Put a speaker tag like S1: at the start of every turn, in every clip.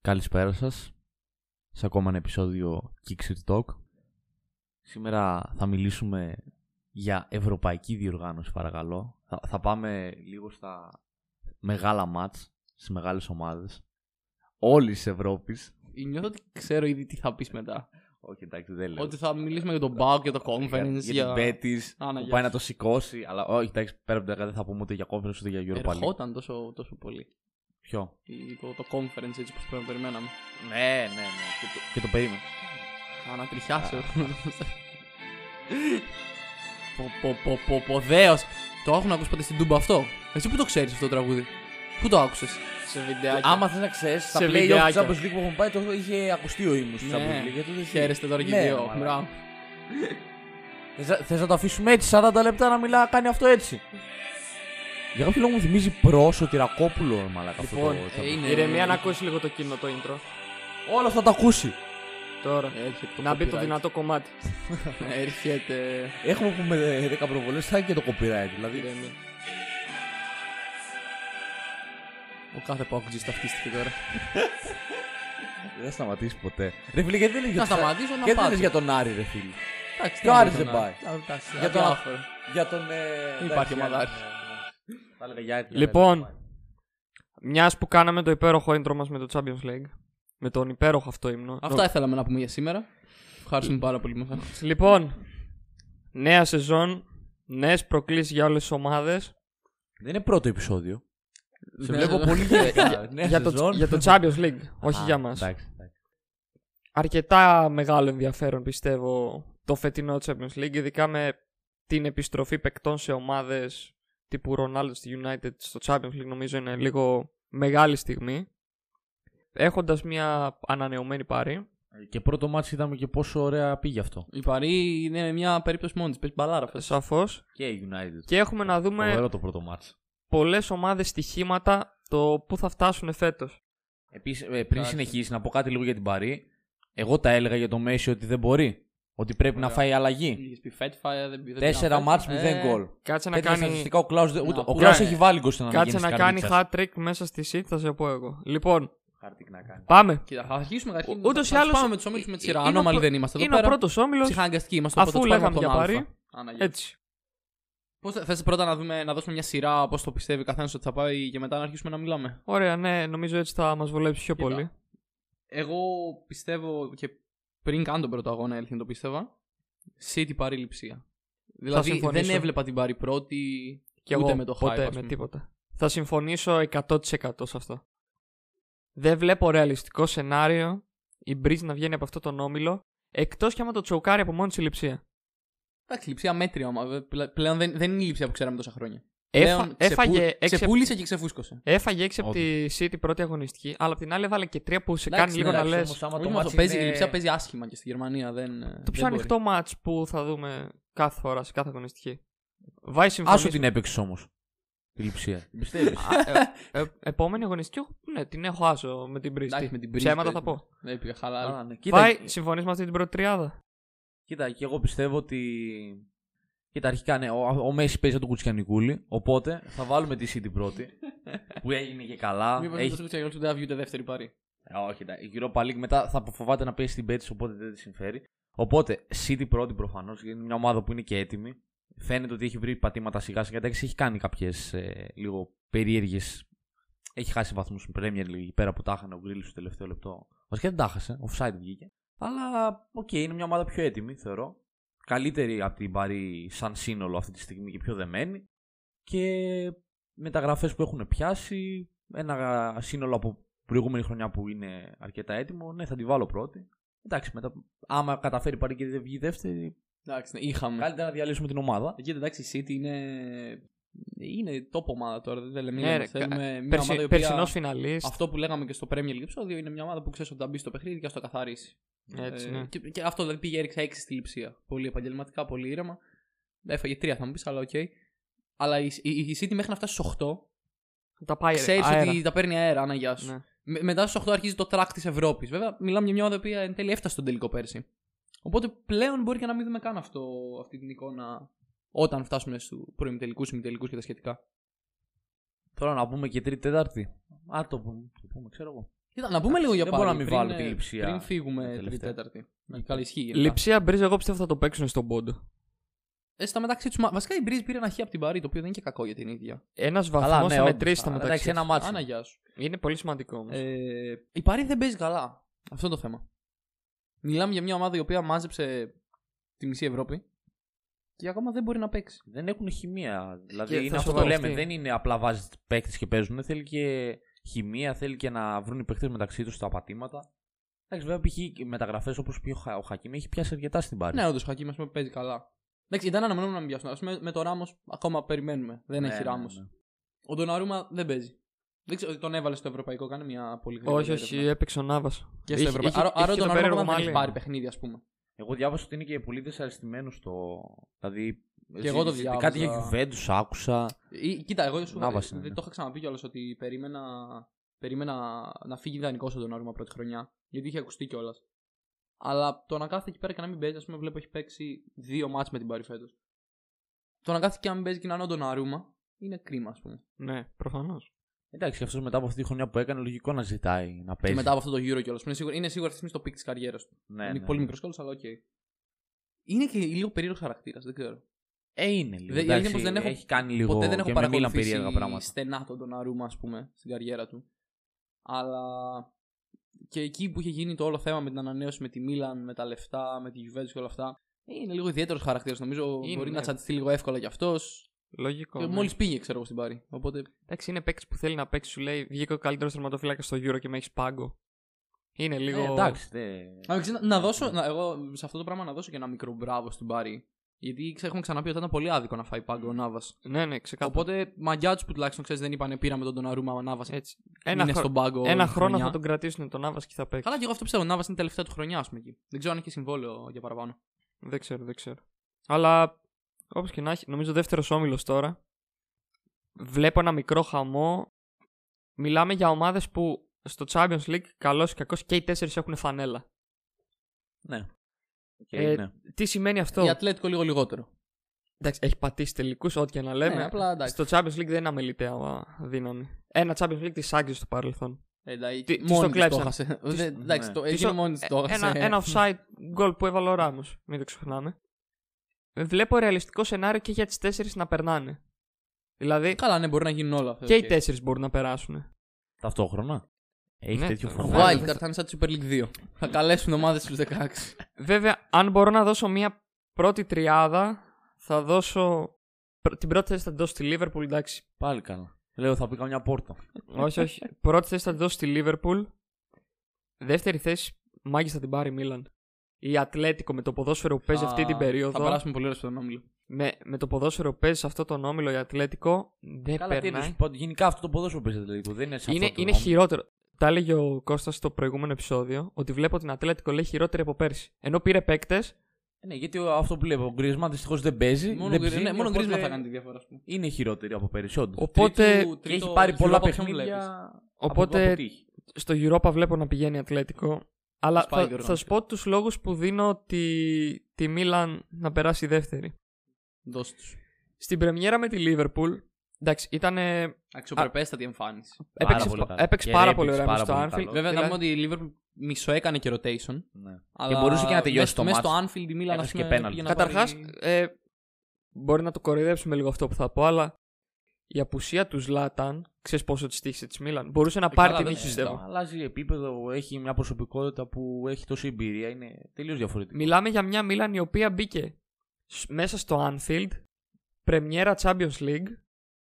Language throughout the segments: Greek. S1: Καλησπέρα σας σε ακόμα ένα επεισόδιο Kick It Talk. Σήμερα θα μιλήσουμε για ευρωπαϊκή διοργάνωση παρακαλώ. Θα, θα πάμε λίγο στα μεγάλα μάτς, στις μεγάλες ομάδες όλης της Ευρώπης.
S2: Ε, Νιώθω ότι ξέρω ήδη τι θα πεις μετά.
S1: Όχι εντάξει δεν λέω.
S2: ότι θα μιλήσουμε για τον Μπάουκ, για το
S1: για,
S2: conference,
S1: για, την Betis
S2: Α, ναι,
S1: που
S2: για-
S1: πάει να το σηκώσει, αλλά όχι εντάξει πέρα από τα κάτι δεν θα πούμε ούτε για conference ούτε για Europa League.
S2: Ερχόταν τόσο, τόσο πολύ.
S1: Ποιο.
S2: Η- Το, το conference έτσι που το περιμέναμε.
S1: Ναι, ναι, ναι. Και το, και το περίμενα.
S2: Ανατριχιάσω. Πο, πο, πο, πο, πο, δέος. Το έχουν ακούσει ποτέ στην Τούμπα αυτό. Εσύ που το ξέρεις αυτό το τραγούδι. Πού το άκουσες. Σε βιντεάκι.
S1: Άμα θες να ξέρεις, στα
S2: Σε
S1: playoff
S2: βιντεάκια.
S1: του Champions League που έχουν πάει, το είχε ακουστεί ο ήμου του
S2: Ναι.
S1: Champions League. γιατί δεν
S2: Χαίρεστε τώρα και
S1: Ναι,
S2: οι
S1: ρε,
S2: δύο.
S1: μαλάκα.
S2: Μπράβο.
S1: Θες να- Θες να το αφήσουμε έτσι 40 λεπτά να μιλά, κάνει αυτό έτσι. Για κάποιο λόγο μου θυμίζει προ Σωτηρακόπουλο, ρε μαλάκα. αυτό
S3: Λοιπόν,
S1: το-
S2: ε,
S1: το-
S2: είναι-
S3: Ηρεμία να ακούσεις λίγο το κοινό το intro.
S1: Όλα θα τα ακούσει.
S3: Τώρα.
S2: Έρχεται
S3: να μπει Ε, το
S2: copyright.
S3: δυνατό κομμάτι.
S2: Έρχεται.
S1: Έχουμε που με δε- 10 προβολές θα έχει και το copyright.
S2: Ναι.
S1: Δηλαδή.
S3: Ηρεμία.
S2: Ο κάθε πάκουτζης ταυτίστηκε τώρα.
S1: Δεν θα σταματήσει ποτέ. Ρε φίλε, γιατί δεν λες για
S2: Να
S1: τον-
S2: σταματήσω να
S1: γιατί δεν λες
S2: πάω.
S1: για τον Άρη, ρε φίλε.
S2: Εντάξει,
S1: Ποιο
S2: τι να
S1: Άρης
S2: πω
S1: δεν
S2: τον
S1: πάει?
S2: Άρη. Εντάξει,
S1: Για τον
S2: αδιάφορο.
S1: Για τον. ε,
S2: Δεν
S1: εντάξει,
S2: υπάρχει ομάδα
S1: Άρη. ναι, Θα έλεγα για Άρη, ναι, για
S3: Λοιπόν.
S1: Άρη.
S3: Μιας που κάναμε το υπέροχο intro μας με το Champions League. Με τον υπέροχο αυτό ύμνο.
S2: Αυτά ήθελαμε να πούμε για σήμερα. Ευχαριστούμε πάρα πολύ Μιχάλη.
S3: Λοιπόν, νέα σεζόν. Νέες προκλήσεις για όλες τις ομάδες.
S1: Δεν είναι πρώτο επεισόδιο. Σε
S2: Ναι,
S1: βλέπω
S2: ναι.
S1: πολύ γενικά. Νέα
S3: Για, το,
S1: σεζόν.
S3: για το Champions League, όχι
S1: Α,
S3: για μας.
S1: εντάξει, εντάξει.
S3: Αρκετά μεγάλο ενδιαφέρον πιστεύω το φετινό Champions League, ειδικά με την επιστροφή παικτών σε ομάδες τύπου Ronaldo στη United στο Champions League νομίζω είναι λίγο μεγάλη στιγμή. Έχοντας μια ανανεωμένη πάρη.
S1: Και πρώτο μάτς είδαμε και πόσο ωραία πήγε αυτό.
S2: Η Παρή είναι μια περίπτωση μόνη της. Παίζει μπαλάρα αυτό.
S3: Σαφώς.
S1: Και η United.
S3: Και έχουμε να δούμε
S1: Φοβερό το πρώτο μάτς.
S3: πολλές ομάδες στοιχήματα το πού θα φτάσουν φέτος.
S1: Επίσης, ε, πριν συνεχίσει, να πω κάτι λίγο για την Παρή. Εγώ τα έλεγα για το Μέση ότι δεν μπορεί. Ότι πρέπει να φάει
S3: Ναι.
S1: αλλαγή.
S2: Είχε πει Fat Fire, δεν πήγε. Ε,
S1: Τέσσερα μάτς, μηδέν γκολ.
S3: Κάτσε Ε, να
S1: Τέτοια
S3: κάνει,
S1: στατιστικά ο Κλάους, δεν- ούτε- ο
S2: πούμε.
S1: Κλάους
S3: Ναι.
S1: έχει βάλει γκολ στην
S3: κάτσε
S1: αναγέννηση
S3: να κάνει
S1: Καρνίτσας.
S3: hat trick μέσα στη seat, θα σε πω εγώ. Λοιπόν,
S1: Χάρτη να κάνει.
S3: πάμε.
S2: Κοίτα, θα αρχίσουμε
S3: Ο-
S2: καταρχήν.
S3: ούτως ή
S2: Θα τους
S3: άλλως- ε-
S2: Πάμε με τους ομίλους με τη σειρά.
S3: Είναι ο
S2: Ανώμαλοι
S3: πρω-
S2: δεν είμαστε εδώ
S3: Είναι ο
S2: πέρα.
S3: πρώτος όμιλο.
S2: Ψυχαναγκαστικοί είμαστε.
S3: Αφού
S2: οπότε τους
S3: λέγαμε
S2: πάρουμε
S3: για
S2: από τον
S3: Παρή,
S2: Α. Αναγέννηση.
S3: Έτσι.
S2: Πώς θα- θες πρώτα να, δούμε, να δώσουμε μια σειρά πώς το πιστεύει καθένας ότι θα πάει και μετά να αρχίσουμε να μιλάμε.
S3: Ωραία, ναι, νομίζω έτσι θα μας βολέψει πιο
S2: Κοίτα.
S3: πολύ.
S2: Εγώ πιστεύω και πριν καν τον πρώτο αγώνα έλθει το πίστευα. City Παρή λειψία. Δηλαδή δεν
S3: συμφωνήσω.
S2: έβλεπα την Παρή πρώτη.
S3: Και
S2: ούτε
S3: εγώ
S2: με το hype,
S3: ποτέ
S2: ας
S3: με
S2: πούμε.
S3: τίποτα. Θα συμφωνήσω 100% σε αυτό. Δεν βλέπω ρεαλιστικό σενάριο η Bridge να βγαίνει από αυτό τον όμιλο εκτός κι άμα το τσοκάρει από μόνη της λειψία.
S2: Εντάξει, λειψία μέτρια ομάδα. Πλε- Πλέον δεν, δεν είναι η λειψία που ξέραμε τόσα χρόνια.
S3: Έφα,
S2: Πλέον ξεπού-
S3: έφαγε, έξι,
S2: Ξεπούλησε και ξεφούσκωσε.
S3: έφαγε έξι από
S1: Όντως.
S3: τη City πρώτη αγωνιστική, αλλά απ' την άλλη έβαλε και τρία που σε
S2: Εντάξει,
S3: κάνει λίγο
S2: ναι,
S3: να
S2: εντάξει,
S3: λες.
S1: όμως άμα
S2: Όχι
S1: το
S2: μόνο
S1: μάτς
S2: αυτό, παίζει, η
S1: είναι-
S2: λειψία παίζει άσχημα και στη Γερμανία. Δεν,
S3: Το πιο ανοιχτό match που θα δούμε κάθε φορά σε κάθε αγωνιστική. Βάει
S1: Άσου
S3: συμφωνία.
S1: την έπαιξες όμως. Τη λειψία. Την πιστεύεις.
S3: επόμενη αγωνιστική, ναι, την έχω άσο με την Bridge.
S2: Εντάξει, ε, με την Bridge
S3: Ψέματα
S2: παίζει.
S3: θα πω.
S2: Δεν πήγα
S1: Α,
S2: χαλά.
S1: ναι. Κοίτα,
S3: Πάει, συμφωνείς με αυτή την πρώτη τριάδα.
S1: Κοίτα, και εγώ πιστεύω ότι. Κοίτα, αρχικά ναι, ο, ο Μέση παίζει σαν τον Κουτσιανικούλη. Οπότε θα βάλουμε τη City πρώτη. που έγινε και καλά.
S2: Μήπως δεν
S1: Έχει...
S2: το ξέρω, ούτε αβγεί ούτε δεύτερη παρή.
S1: Ε, Όχι, τα, η Europa League μετά θα φοβάται να παίζει στην Betis, οπότε δεν τη συμφέρει. Οπότε City πρώτη προφανώς, γιατί είναι μια ομάδα που είναι και έτοιμη. Φαίνεται ότι έχει βρει πατήματα σιγά σιγά. Εντάξει, έχει κάνει κάποιες ε, λίγο περίεργες. Έχει χάσει βαθμούς στην Premier League πέρα που τα είχαν ο Γκρίλ στο τελευταίο λεπτό. Βασικά δεν τα χάσε, offside βγήκε. Αλλά οκ, είναι μια ομάδα πιο έτοιμη θεωρώ. Καλύτερη από την Παρή σαν σύνολο αυτή τη στιγμή και πιο δεμένη. Και μεταγραφές που έχουν πιάσει. Ένα σύνολο από προηγούμενη χρονιά που είναι αρκετά έτοιμο. Ναι, θα τη βάλω πρώτη. Εντάξει, μετά, άμα καταφέρει η Παρή και δεν βγει δεύτερη,
S2: Εντάξει, ναι, είχαμε.
S1: καλύτερα να διαλύσουμε την ομάδα.
S2: Εκεί εντάξει, η City είναι. Είναι top ομάδα τώρα. Δεν λέμε.
S3: Ναι,
S2: για
S3: ρε,
S2: να θέλουμε μια
S3: Περσι,
S2: ομάδα η οποία-
S3: Περσινός φιναλίστ.
S2: Αυτό που λέγαμε και στο Premier League επεισόδιο είναι μια ομάδα που ξέρεις ότι θα μπει στο παιχνίδι και θα το καθαρίσει.
S3: Έτσι, ναι.
S2: και, και αυτό δηλαδή πήγε έριξε 6 στη λειψία. Πολύ επαγγελματικά, πολύ ήρεμα. Έφαγε 3 θα μου πεις, αλλά οκ. Αλλά η, η, η City μέχρι να φτάσει στου 8,
S3: Τα πάει
S2: ξέρεις
S3: αέρα.
S2: ότι τα παίρνει αέρα, άνα γεια σου.
S3: Ναι.
S2: Με, μετά στου 8 αρχίζει το track της Ευρώπης. Βέβαια, μιλάμε για μια ομάδα που εν τέλει έφτασε στον τελικό πέρσι. Οπότε πλέον μπορεί και να μην δούμε καν αυτό, αυτή την εικόνα όταν φτάσουμε στου προημιτελικούς, ημιτελικούς και τα σχετικά.
S1: Τώρα να πούμε και τρίτη, τέταρτη. Α, το πούμε, το πούμε, ξέρω εγώ.
S2: Κοίτα, να πούμε λίγο για
S1: Δεν
S2: πάλι.
S1: μπορώ να μην
S2: πριν,
S1: βάλω
S2: ε,
S1: τη Λειψία
S2: Πριν φύγουμε την
S1: τελευταία. Λοιπόν,
S2: Τέταρτη. Καλά, ισχύει. γενικά.
S3: Λιψία Μπρίζα, εγώ πιστεύω θα το παίξουν στον πόντο.
S2: Ε, στα μεταξύ τους. Βασικά η Μπριζ πήρε ένα χι από την Παρή, το οποίο δεν είναι και κακό για την ίδια.
S3: Ένας βαθμός
S1: ναι,
S3: θα
S1: όντως.
S3: μετρήσει τα
S1: Α,
S3: μεταξύ.
S1: εντάξει, ένα μάτσο.
S2: Άνα, γεια σου.
S3: Είναι πολύ σημαντικό όμως.
S2: Ε, η Παρή δεν παίζει καλά. Αυτό είναι το θέμα. Μιλάμε για μια ομάδα η οποία μάζεψε τη μισή Ευρώπη και ακόμα δεν μπορεί να παίξει.
S1: Δεν έχουν χημεία. Δηλαδή
S3: θα
S1: είναι αυτό που
S3: σοβαρευτεί.
S1: λέμε. Δεν είναι απλά βάζεις παίκτες και παίζουν. Θέλει και χημεία, θέλει και να βρουν οι παίκτες μεταξύ τους τα πατήματα. Εντάξει, βέβαια π.χ. οι μεταγραφές όπως πει ο, Χα, ο Χακίμ έχει πιάσει αρκετά στην πάρη.
S2: Ναι, όντως ο Χακίμ ας πούμε, παίζει καλά. Εντάξει, ήταν αναμενόμενο να μην πιάσουν. Ας πούμε με το Ράμο ακόμα περιμένουμε. Δεν έχει Ράμο. Ο Ντοναρούμα δεν παίζει. Δεν ξέρω, τον έβαλε στο ευρωπαϊκό, κάνει μια πολύ γρήγορη.
S3: όχι, όχι,
S2: έρευνα.
S3: έπαιξε ο Νάβα.
S2: Και στο ευρωπαϊκό. Άρα, άρα ο Ντοναρούμα ακόμα δεν έχει πάρει παιχνίδι, ας πούμε.
S1: Εγώ διάβασα ότι είναι και πολύ δυσαρεστημένος στο. Δηλαδή.
S2: Και εγώ το
S1: ζήτησε
S2: διάβαζα.
S1: Κάτι για Juventus άκουσα.
S2: Ή, κοίτα, εγώ σου
S1: Ναβάς
S2: δεν
S1: είναι, ναι.
S2: το είχα ξαναπεί κιόλας ότι περίμενα, περίμενα να φύγει ιδανικό ο Ντονάρουμα πρώτη χρονιά. Γιατί είχε ακουστεί κιόλας. Αλλά το να κάθεται εκεί πέρα και να μην παίζει, ας πούμε, βλέπω έχει παίξει δύο μάτς με την Πάρη φέτος. Το να κάθεται και να μην παίζει και να είναι ο Ντονάρουμα είναι κρίμα, ας πούμε.
S3: Ναι, προφανώς.
S1: Εντάξει, αυτός μετά από αυτή τη χρονιά που έκανε, λογικό να ζητάει να παίζει.
S2: Και μετά από αυτό το γύρο κιόλας. Είναι σίγουρα, είναι σίγουρα αυτή τη στιγμή στο πικ της καριέρας του.
S1: Ναι,
S2: είναι
S1: ναι.
S2: πολύ μικρός κιόλας, αλλά οκ. Είναι και λίγο περίεργος χαρακτήρας, δεν ξέρω.
S1: Ε, είναι λίγο.
S2: Δεν- η αλήθεια
S1: εντάξει,
S2: είναι πως δεν έχω-
S1: έχει κάνει λίγο.
S2: Ποτέ δεν έχω
S1: και με Μίλαν
S2: παρακολουθήσει
S1: περίεργα πράγματα.
S2: στενά τον Ντοναρούμα, ας πούμε, στην καριέρα του. Αλλά και εκεί που είχε γίνει το όλο θέμα με την ανανέωση με τη Μίλαν, με τα λεφτά, με τη Juventus και όλα αυτά. ε, Είναι λίγο ιδιαίτερος χαρακτήρας. Νομίζω
S3: Είναι,
S2: μπορεί
S3: ναι.
S2: να τσατιστεί λίγο εύκολα κι αυτός.
S3: Λογικό.
S2: Και
S3: ναι.
S2: μόλις πήγε, ξέρω εγώ στην Πάρη. Οπότε
S3: Εντάξει, είναι παίκτης που θέλει να παίξει, σου λέει βγήκε ο καλύτερος τερματοφύλακα στο Euro και με έχεις πάγκο. Είναι λίγο.
S1: Ε, εντάξει, δεν-
S2: Α, ξέρεις, να, να δώσω,
S3: ναι.
S2: να, εγώ σε αυτό το πράγμα να δώσω και ένα μικρό μπράβο στην Πάρη. Γιατί ξέρω, έχουμε ξαναπεί ότι ήταν πολύ άδικο να φάει πάγκο ο Νάβα.
S3: Ναι, ναι, ξεκάθαρα.
S2: Οπότε μαγιά του που τουλάχιστον ξέρεις δεν είπανε πήραμε τον Ντοναρούμα Νάβα.
S3: Έτσι.
S2: Ένα,
S3: Ε, Ένα, χρο-
S2: στον πάγκο.
S3: ένα
S2: όλη τη
S3: χρόνο
S2: χρονιά.
S3: θα τον κρατήσουν τον Νάβα και θα παίξει.
S2: Καλά, και εγώ αυτό πιστεύω. Ο Νάβα είναι η τελευταία του χρονιά, ας πούμε. εκεί. Δεν ξέρω αν έχει συμβόλαιο για παραπάνω.
S3: Δεν ξέρω, δεν ξέρω. Αλλά όπως και να έχει, νομίζω δεύτερος όμιλος τώρα. Βλέπω ένα μικρό χαμό. Μιλάμε για ομάδες που στο Champions League, καλός ή κακός, και οι τέσσερις έχουν φανέλα.
S1: Ναι. Οκ,
S3: Ε,
S1: ναι.
S3: Τι σημαίνει αυτό.
S2: Η Ατλέτικο λίγο λιγότερο.
S3: Εντάξει, έχει πατήσει τελικούς, ό,τι και να λέμε.
S2: Ναι, απλά εντάξει.
S3: Στο Champions League δεν είναι αμεληταία α, δύναμη. Ένα Champions League της άξιζε στο παρελθόν.
S2: Ε, δηλαδή,
S3: Τι- τι
S2: μόνη
S3: στο
S2: της
S3: κλέψαν.
S2: το έχασε.
S1: στο-
S2: Δεν- Εντάξει,
S1: ναι.
S2: το
S3: Τι
S2: έγινε
S3: στο-
S2: μόνη της το έχασε.
S3: Ε, Ένα, ένα offside goal που έβαλε ο Ράμος. Μην το ξεχνάμε. Βλέπω ρεαλιστικό σενάριο και για τις τέσσερις να περνάνε. Δηλαδή
S2: Καλά, ναι, μπορεί να γίνουν όλα αυτά.
S3: και οι
S2: οκ.
S3: τέσσερις μπορούν να περάσουν.
S1: Ταυτόχρονα. Έχει
S3: Ναι,
S2: ε,
S1: τέτοιο
S3: το-
S1: φορμάτι.
S3: Wild.
S2: Wildcard θα είναι σαν τη Super League 2. Θα καλέσουν ομάδες στους 16.
S3: Βέβαια, αν μπορώ να δώσω μια πρώτη τριάδα, θα δώσω. πρω- Την πρώτη θέση θα την δώσω στη Λίβερπουλ, εντάξει.
S1: Πάλι καλά. Λέω θα πει καμιά πόρτα.
S3: όχι, όχι. Πρώτη θέση θα την δώσω στη Λίβερπουλ. Δεύτερη θέση, μάγκη θα την πάρει η Μίλαν. Η Ατλέτικο με το ποδόσφαιρο που παίζει
S2: Α,
S3: αυτή την
S2: Θα
S3: περίοδο.
S2: περάσουμε πολύ ωραία στον όμιλο.
S3: Με, με το ποδόσφαιρο που παίζει σε αυτό τον όμιλο η Ατλέτικο. Δεν
S1: Καλά, τι
S3: περνάει.
S1: είδους, πάντων, Γενικά αυτό το ποδόσφαιρο παίζει τελικό. Δεν είναι σε
S3: Είναι,
S1: αυτό το
S3: είναι
S1: νόμο.
S3: χειρότερο. Τα έλεγε ο Κώστας στο προηγούμενο επεισόδιο ότι βλέπω την Ατλέτικο λέει χειρότερη από πέρσι. Ενώ πήρε παίκτες.
S1: Ναι, γιατί ο- αυτό που λέω, ο Γκρίσμα δυστυχώς δεν παίζει.
S2: Μόνο
S1: δεν
S2: γκρι-
S1: ψήνει,
S2: ναι, μόνο
S1: οπότε
S2: γκρίσμα θα κάνει τη διαφορά, ας πούμε.
S1: Είναι χειρότερη από πέρυσι, όντως.
S3: Οπότε,
S2: Τρίτου-
S1: Και έχει
S2: τρίτο
S1: πάρει πολλά
S2: Europa ποιον βλέπεις.
S1: παιχνίδια.
S3: οπότε
S1: από- αποτύχει.
S3: στο Europa βλέπω να πηγαίνει Ατλέτικο. Αλλά
S2: Σπάει η
S3: θα, θα
S2: διοργάνωση.
S3: σου πω τους λόγους που δίνω τη, τη Μίλαν να περάσει δεύτερη.
S2: Δώσ' τους.
S3: Στην πρεμιέρα με τη Λίβερπουλ, εντάξει, ήταν.
S2: Αξιοπρεπέστατη εμφάνιση.
S3: Έπαιξε
S1: πολύ
S3: πα-
S1: καλά.
S3: έπαιξε
S1: Και
S3: πάρα
S1: έπαιξε
S3: πολύ ωραία μες
S1: πάρα
S3: στο
S1: πολύ
S3: Anfield.
S1: καλό.
S2: Βέβαια,
S3: Δηλαδή-
S2: να πούμε ότι η Liverpool μισοέκανε και rotation.
S1: Ναι.
S2: αλλά
S1: μπορούσε και να τελειώσει
S2: μες-
S1: το
S2: μες
S1: μάτς.
S2: στο Anfield η Μίλαν
S1: Έχασε
S2: ας πούμε,
S1: και πέναλτι.
S2: πήγε να
S3: Καταρχάς,
S2: πάρει-
S3: ε, μπορεί να το κοροϊδέψουμε λίγο αυτό που θα πω, αλλά η απουσία του Ζλάταν, ξέρεις πόσο της τύχησε της Μίλαν. Μπορούσε να
S2: Ε,
S3: πάρει
S2: καλά,
S3: την
S2: δεν
S3: νίκη,
S2: συζητάω.
S3: πιστεύω.
S1: Αλλάζει επίπεδο, έχει μια προσωπικότητα που έχει τόση εμπειρία. Είναι τελείως διαφορετικό.
S3: Μιλάμε για μια Μίλαν η οποία μπήκε σ- μέσα στο Anfield, πρεμιέρα Champions League.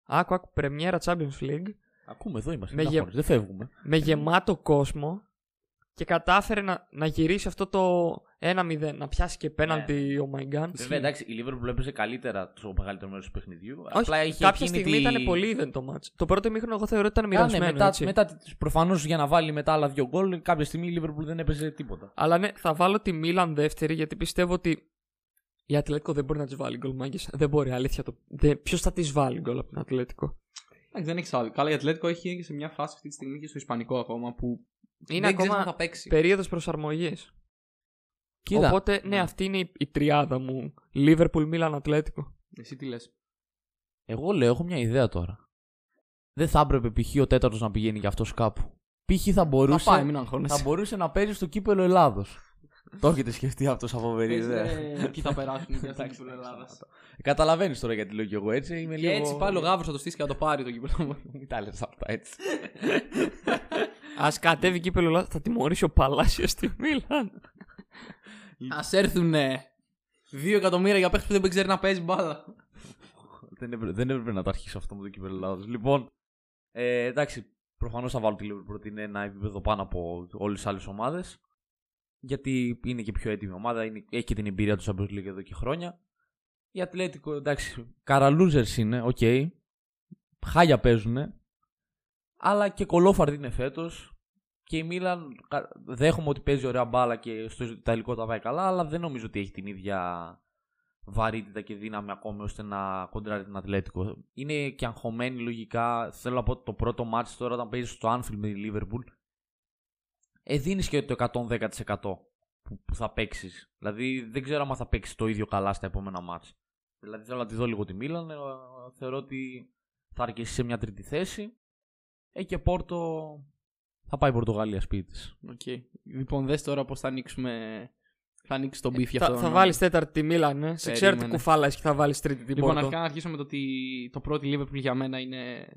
S3: Άκου, άκου, πρεμιέρα Champions League.
S1: Ακούμε, εδώ είμαστε.
S3: Με
S1: μην
S3: γε-
S1: αγχώνεσαι, Δεν φεύγουμε.
S3: με γεμάτο κόσμο και κατάφερε να, να γυρίσει αυτό το 1-0, να πιάσει και πέναλτι ο Μαϊγκάν.
S1: Ναι. Βέβαια, εντάξει, η Liverpool έπαιζε καλύτερα το μεγαλύτερο μέρος του παιχνιδιού.
S3: Όχι,
S1: απλά είχε
S3: κάποια
S1: εκείνη
S3: στιγμή
S1: τη-
S3: ήταν πολύ είδεν το μάτς. Το πρώτο μήχρονο εγώ θεωρώ ότι ήταν
S1: Α, ναι,
S3: μοιρασμένο,
S1: μετά,
S3: έτσι.
S1: μετά προφανώς για να βάλει μετά άλλα δύο γκολ, κάποια στιγμή η Liverpool δεν έπαιζε τίποτα.
S3: Αλλά ναι, θα βάλω τη Μίλαν δεύτερη γιατί πιστεύω ότι η Ατλέτικο δεν μπορεί να της βάλει γκολ μάγκες. Δεν μπορεί, αλήθεια. Το... Ποιος θα της βάλει γκολ από την Ατλέτικο.
S2: Εντάξει, δεν έχει άλλη. Καλά, η Ατλέτικο έχει γίνει και σε μια φάση αυτή τη στιγμή και στο Ισπανικό ακόμα που.
S3: Είναι
S2: δεν ξέρεις
S3: ακόμα
S2: αν θα παίξει.
S3: Περίοδος προσαρμογής.
S1: Κοίτα,
S3: Οπότε, ναι, αυτή είναι η, η τριάδα μου. Λίβερπουλ, Μίλαν, Ατλέτικο.
S2: Εσύ τι λες.
S1: εγώ λέω, έχω μια ιδέα τώρα. Δεν θα έπρεπε π.χ. ο τέταρτος να πηγαίνει για αυτός κάπου. π.χ. θα μπορούσε,
S2: πάει, μην αγχώνεσαι.
S1: θα μπορούσε να παίζει στο κύπελο Ελλάδος. το έχετε σκεφτεί αυτό σαν φοβερή
S3: Ε,
S1: ιδέα.
S3: ναι.
S2: Εκεί θα περάσουν για την κύπελο Ελλάδα.
S1: Καταλαβαίνεις τώρα γιατί λέω και εγώ έτσι. Είμαι
S2: Και
S1: λίγο...
S2: έτσι πάλι ο Γάβρος θα το στήσει και θα το πάρει το κύπελο.
S1: Μην τα λες αυτά έτσι.
S3: Ας κατέβει κύπελο Ελλάδα, θα τιμωρήσει ο Παλάσιος στη Μίλαν.
S2: Ας έρθουν δύο εκατομμύρια για παίχτη που δεν ξέρει να παίζει μπάλα.
S1: δεν, έπρεπε, δεν έπρεπε να το αρχίσω αυτό με το κύπελο Ελλάδο. Λοιπόν, ε, εντάξει, προφανώς θα βάλω τη Liverpool ότι είναι ένα επίπεδο πάνω από όλες τις άλλες ομάδες. Γιατί είναι και πιο έτοιμη ομάδα, είναι, έχει και την εμπειρία του Champions League εδώ και χρόνια. Η Ατλέτικο, εντάξει, καραλούζερ είναι, οκ. Χάλια παίζουν. Αλλά και κολόφαρδι είναι φέτος. Και η Μίλαν κα- δέχομαι ότι παίζει ωραία μπάλα και στο Ιταλικό τα πάει καλά, αλλά δεν νομίζω ότι έχει την ίδια βαρύτητα και δύναμη ακόμη ώστε να κοντράρει την Ατλέτικο. Είναι και αγχωμένη λογικά. Θέλω να πω ότι το πρώτο μάτς τώρα όταν παίζει στο Anfield με τη Liverpool ε, δίνεις και το 110% που, που θα παίξεις. Δηλαδή δεν ξέρω αν θα παίξεις το ίδιο καλά στα επόμενα μάτς. Δηλαδή θέλω να τη δω λίγο τη Μίλαν. ε, Θεωρώ ότι θα αρκεστεί σε μια τρίτη θέση. Ε, και Πόρτο θα πάει η Πορτογαλία σπίτι της.
S2: Okay. Λοιπόν, δες τώρα πώς θα ανοίξουμε. Θα ανοίξει τον μπιφ για αυτό.
S3: Ε, θα θα βάλεις τέταρτη τη Μίλαν, ε. Σε ξέρω τι
S2: Περίμενε.
S3: κουφάλα έχει και θα βάλεις τρίτη την
S2: Λοιπόν,
S3: Πόρτο.
S2: αρχικά να αρχίσω με το ότι το πρώτο Liverpool για μένα είναι.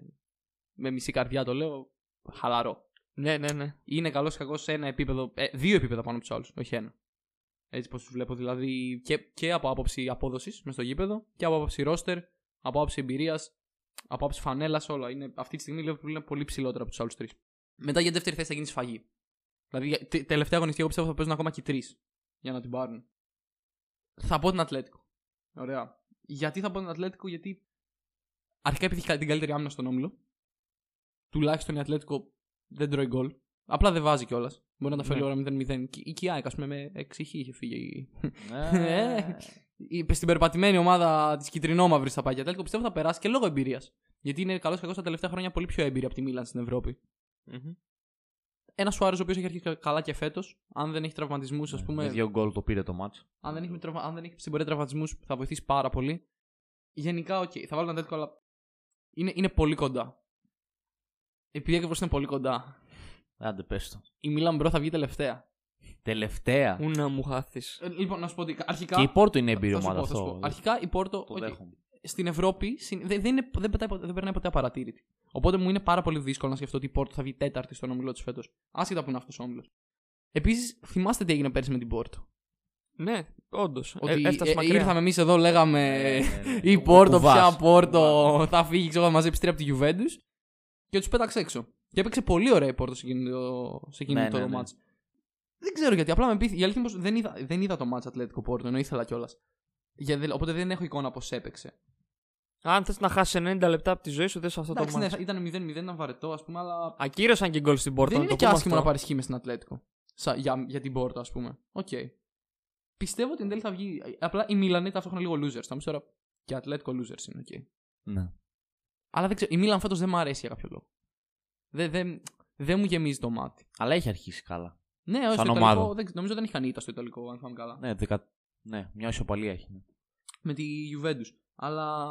S2: Με μισή καρδιά το λέω. Χαλαρό.
S3: Ναι, ναι, ναι.
S2: Είναι καλός ή κακός σε ένα επίπεδο. Ε, δύο επίπεδα πάνω από τους άλλους, όχι ένα. Έτσι πώ τους βλέπω. Δηλαδή και, και από άποψη απόδοσης μες στο γήπεδο και από άποψη ρόστερ, από άποψη εμπειρίας, από άποψη φανέλα, όλα. Είναι, αυτή τη στιγμή η Liverpool είναι πολύ ψηλότερα από τους άλλους τρεις. Μετά για δεύτερη θέση θα γίνει σφαγή. Δηλαδή τε- τελευταία αγωνιστική εγώ πιστεύω θα παίζουν ακόμα και τρεις για να την πάρουν. Θα πω την Ατλέτικο. Ωραία. Γιατί θα πω την Ατλέτικο, γιατί αρχικά επειδή έχει την καλύτερη άμυνα στον όμιλο. Τουλάχιστον η Ατλέτικο δεν τρώει γκολ. Απλά δεν βάζει κιόλας. Μπορεί να τα φέρει
S3: Ναι.
S2: ώρα 0-0. Και- Η Κιάικ, ας πούμε, με 6 χ είχε φύγει. Ε. Η- Στην περπατημένη ομάδα της Κιτρινόμαυρη θα πάει η Ατλέτικο. Πιστεύω θα περάσει και λόγω εμπειρίας. Γιατί είναι καλός κακός τα τελευταία χρόνια πολύ πιο έμπειρη από τη Μίλαν στην Ευρώπη. Ένα Σουάρες ο οποίος έχει αρχίσει κα- καλά και φέτος, αν δεν έχει τραυματισμούς, ας πούμε.
S1: Ναι, Με δύο γκολ το πήρε το μάτς.
S2: Αν δεν έχει, με τραυμα- αν δεν έχει στην πορεία τραυματισμούς, θα βοηθήσει πάρα πολύ. Γενικά, οκ, θα βάλω ένα τέτοιο, αλλά είναι, είναι πολύ κοντά. Επειδή ακριβώς είναι πολύ κοντά,
S1: Άντε πες το.
S2: η Μίλαν Μπρο θα βγει τελευταία.
S1: Τελευταία.
S3: Ού να μου χάθεις.
S2: Ε, λοιπόν, να σου πω ότι αρχικά.
S1: Και η Πόρτο είναι εμπειρή
S2: θα σου
S1: ομάδα
S2: πω, θα σου
S1: αυτό. Δηλαδή-
S2: πω. Αρχικά η Πόρτο.
S1: Το
S2: οκ,
S1: δέχομαι.
S2: στην Ευρώπη συν- δεν, δεν, είναι, δεν, πετάει, ποτέ- δεν περνάει ποτέ απαρατήρητη. Οπότε μου είναι πάρα πολύ δύσκολο να σκεφτώ ότι η Πόρτο θα βγει τέταρτη στον όμιλο της φέτος. Άσχετα που είναι αυτός ο όμιλο. Επίσης, θυμάστε τι έγινε πέρσι με την Πόρτο.
S3: Ναι, όντως.
S2: Ότι
S3: Ε, έφτασε
S2: ε,
S3: μακριά.
S2: ήρθαμε εμείς εδώ, λέγαμε.
S1: ναι, ναι.
S2: Η Πόρτο,
S1: Κουβάς.
S2: πια Πόρτο, θα φύγει, ξέρω, θα μαζέψει τρία από τη Juventus και τους πέταξε έξω. Και έπαιξε πολύ ωραία η Πόρτο σε εκείνο το, σε εκείνο
S1: Ναι,
S2: το
S1: ναι, ναι.
S2: μάτς. Δεν ξέρω γιατί, απλά με πείθη. Η αλήθεια είναι πως δεν είδα, δεν είδα το μάτς Ατλέτικο Πόρτο, ενώ ήθελα κιόλας. Οπότε δεν έχω εικόνα πώ έπαιξε.
S3: Αν θες να χάσεις 90 λεπτά από τη ζωή σου, δες αυτό το
S2: Εντάξει, ναι,
S3: μάτι.
S2: ήταν 0-0, ήταν βαρετό, ας πούμε, αλλά.
S3: Ακύρωσαν και γκολ στην Πόρτο.
S2: δεν
S3: να
S2: είναι
S3: το
S2: και
S3: πούμε
S2: άσχημο
S3: αυτό.
S2: να πάρεις χήμες στην Ατλέτικο. Σα- για, για την Πόρτο, ας πούμε. Οκ. Πιστεύω ότι εν τέλει θα βγει. Απλά η Μίλαν είναι ταυτόχρονα λίγο losers. Θα μου πεις τώρα. Και Ατλέτικο losers είναι, οκ.
S1: Ναι.
S2: Αλλά δεν ξέρω, η Μίλαν φέτος δεν μου αρέσει για κάποιο λόγο. Δεν δεν- δεν μου γεμίζει το μάτι.
S1: Αλλά έχει αρχίσει καλά.
S2: Ναι, όχι,
S1: Σαν
S2: στο
S1: ομάδα.
S2: Ιταλικό, δεν, νομίζω δεν έχει κανεί στο Ιταλικό, αν θυμάμαι καλά.
S1: Ναι, δεκα... ναι μια ισοπαλία έχει. ναι.
S2: Με τη Juventus. Αλλά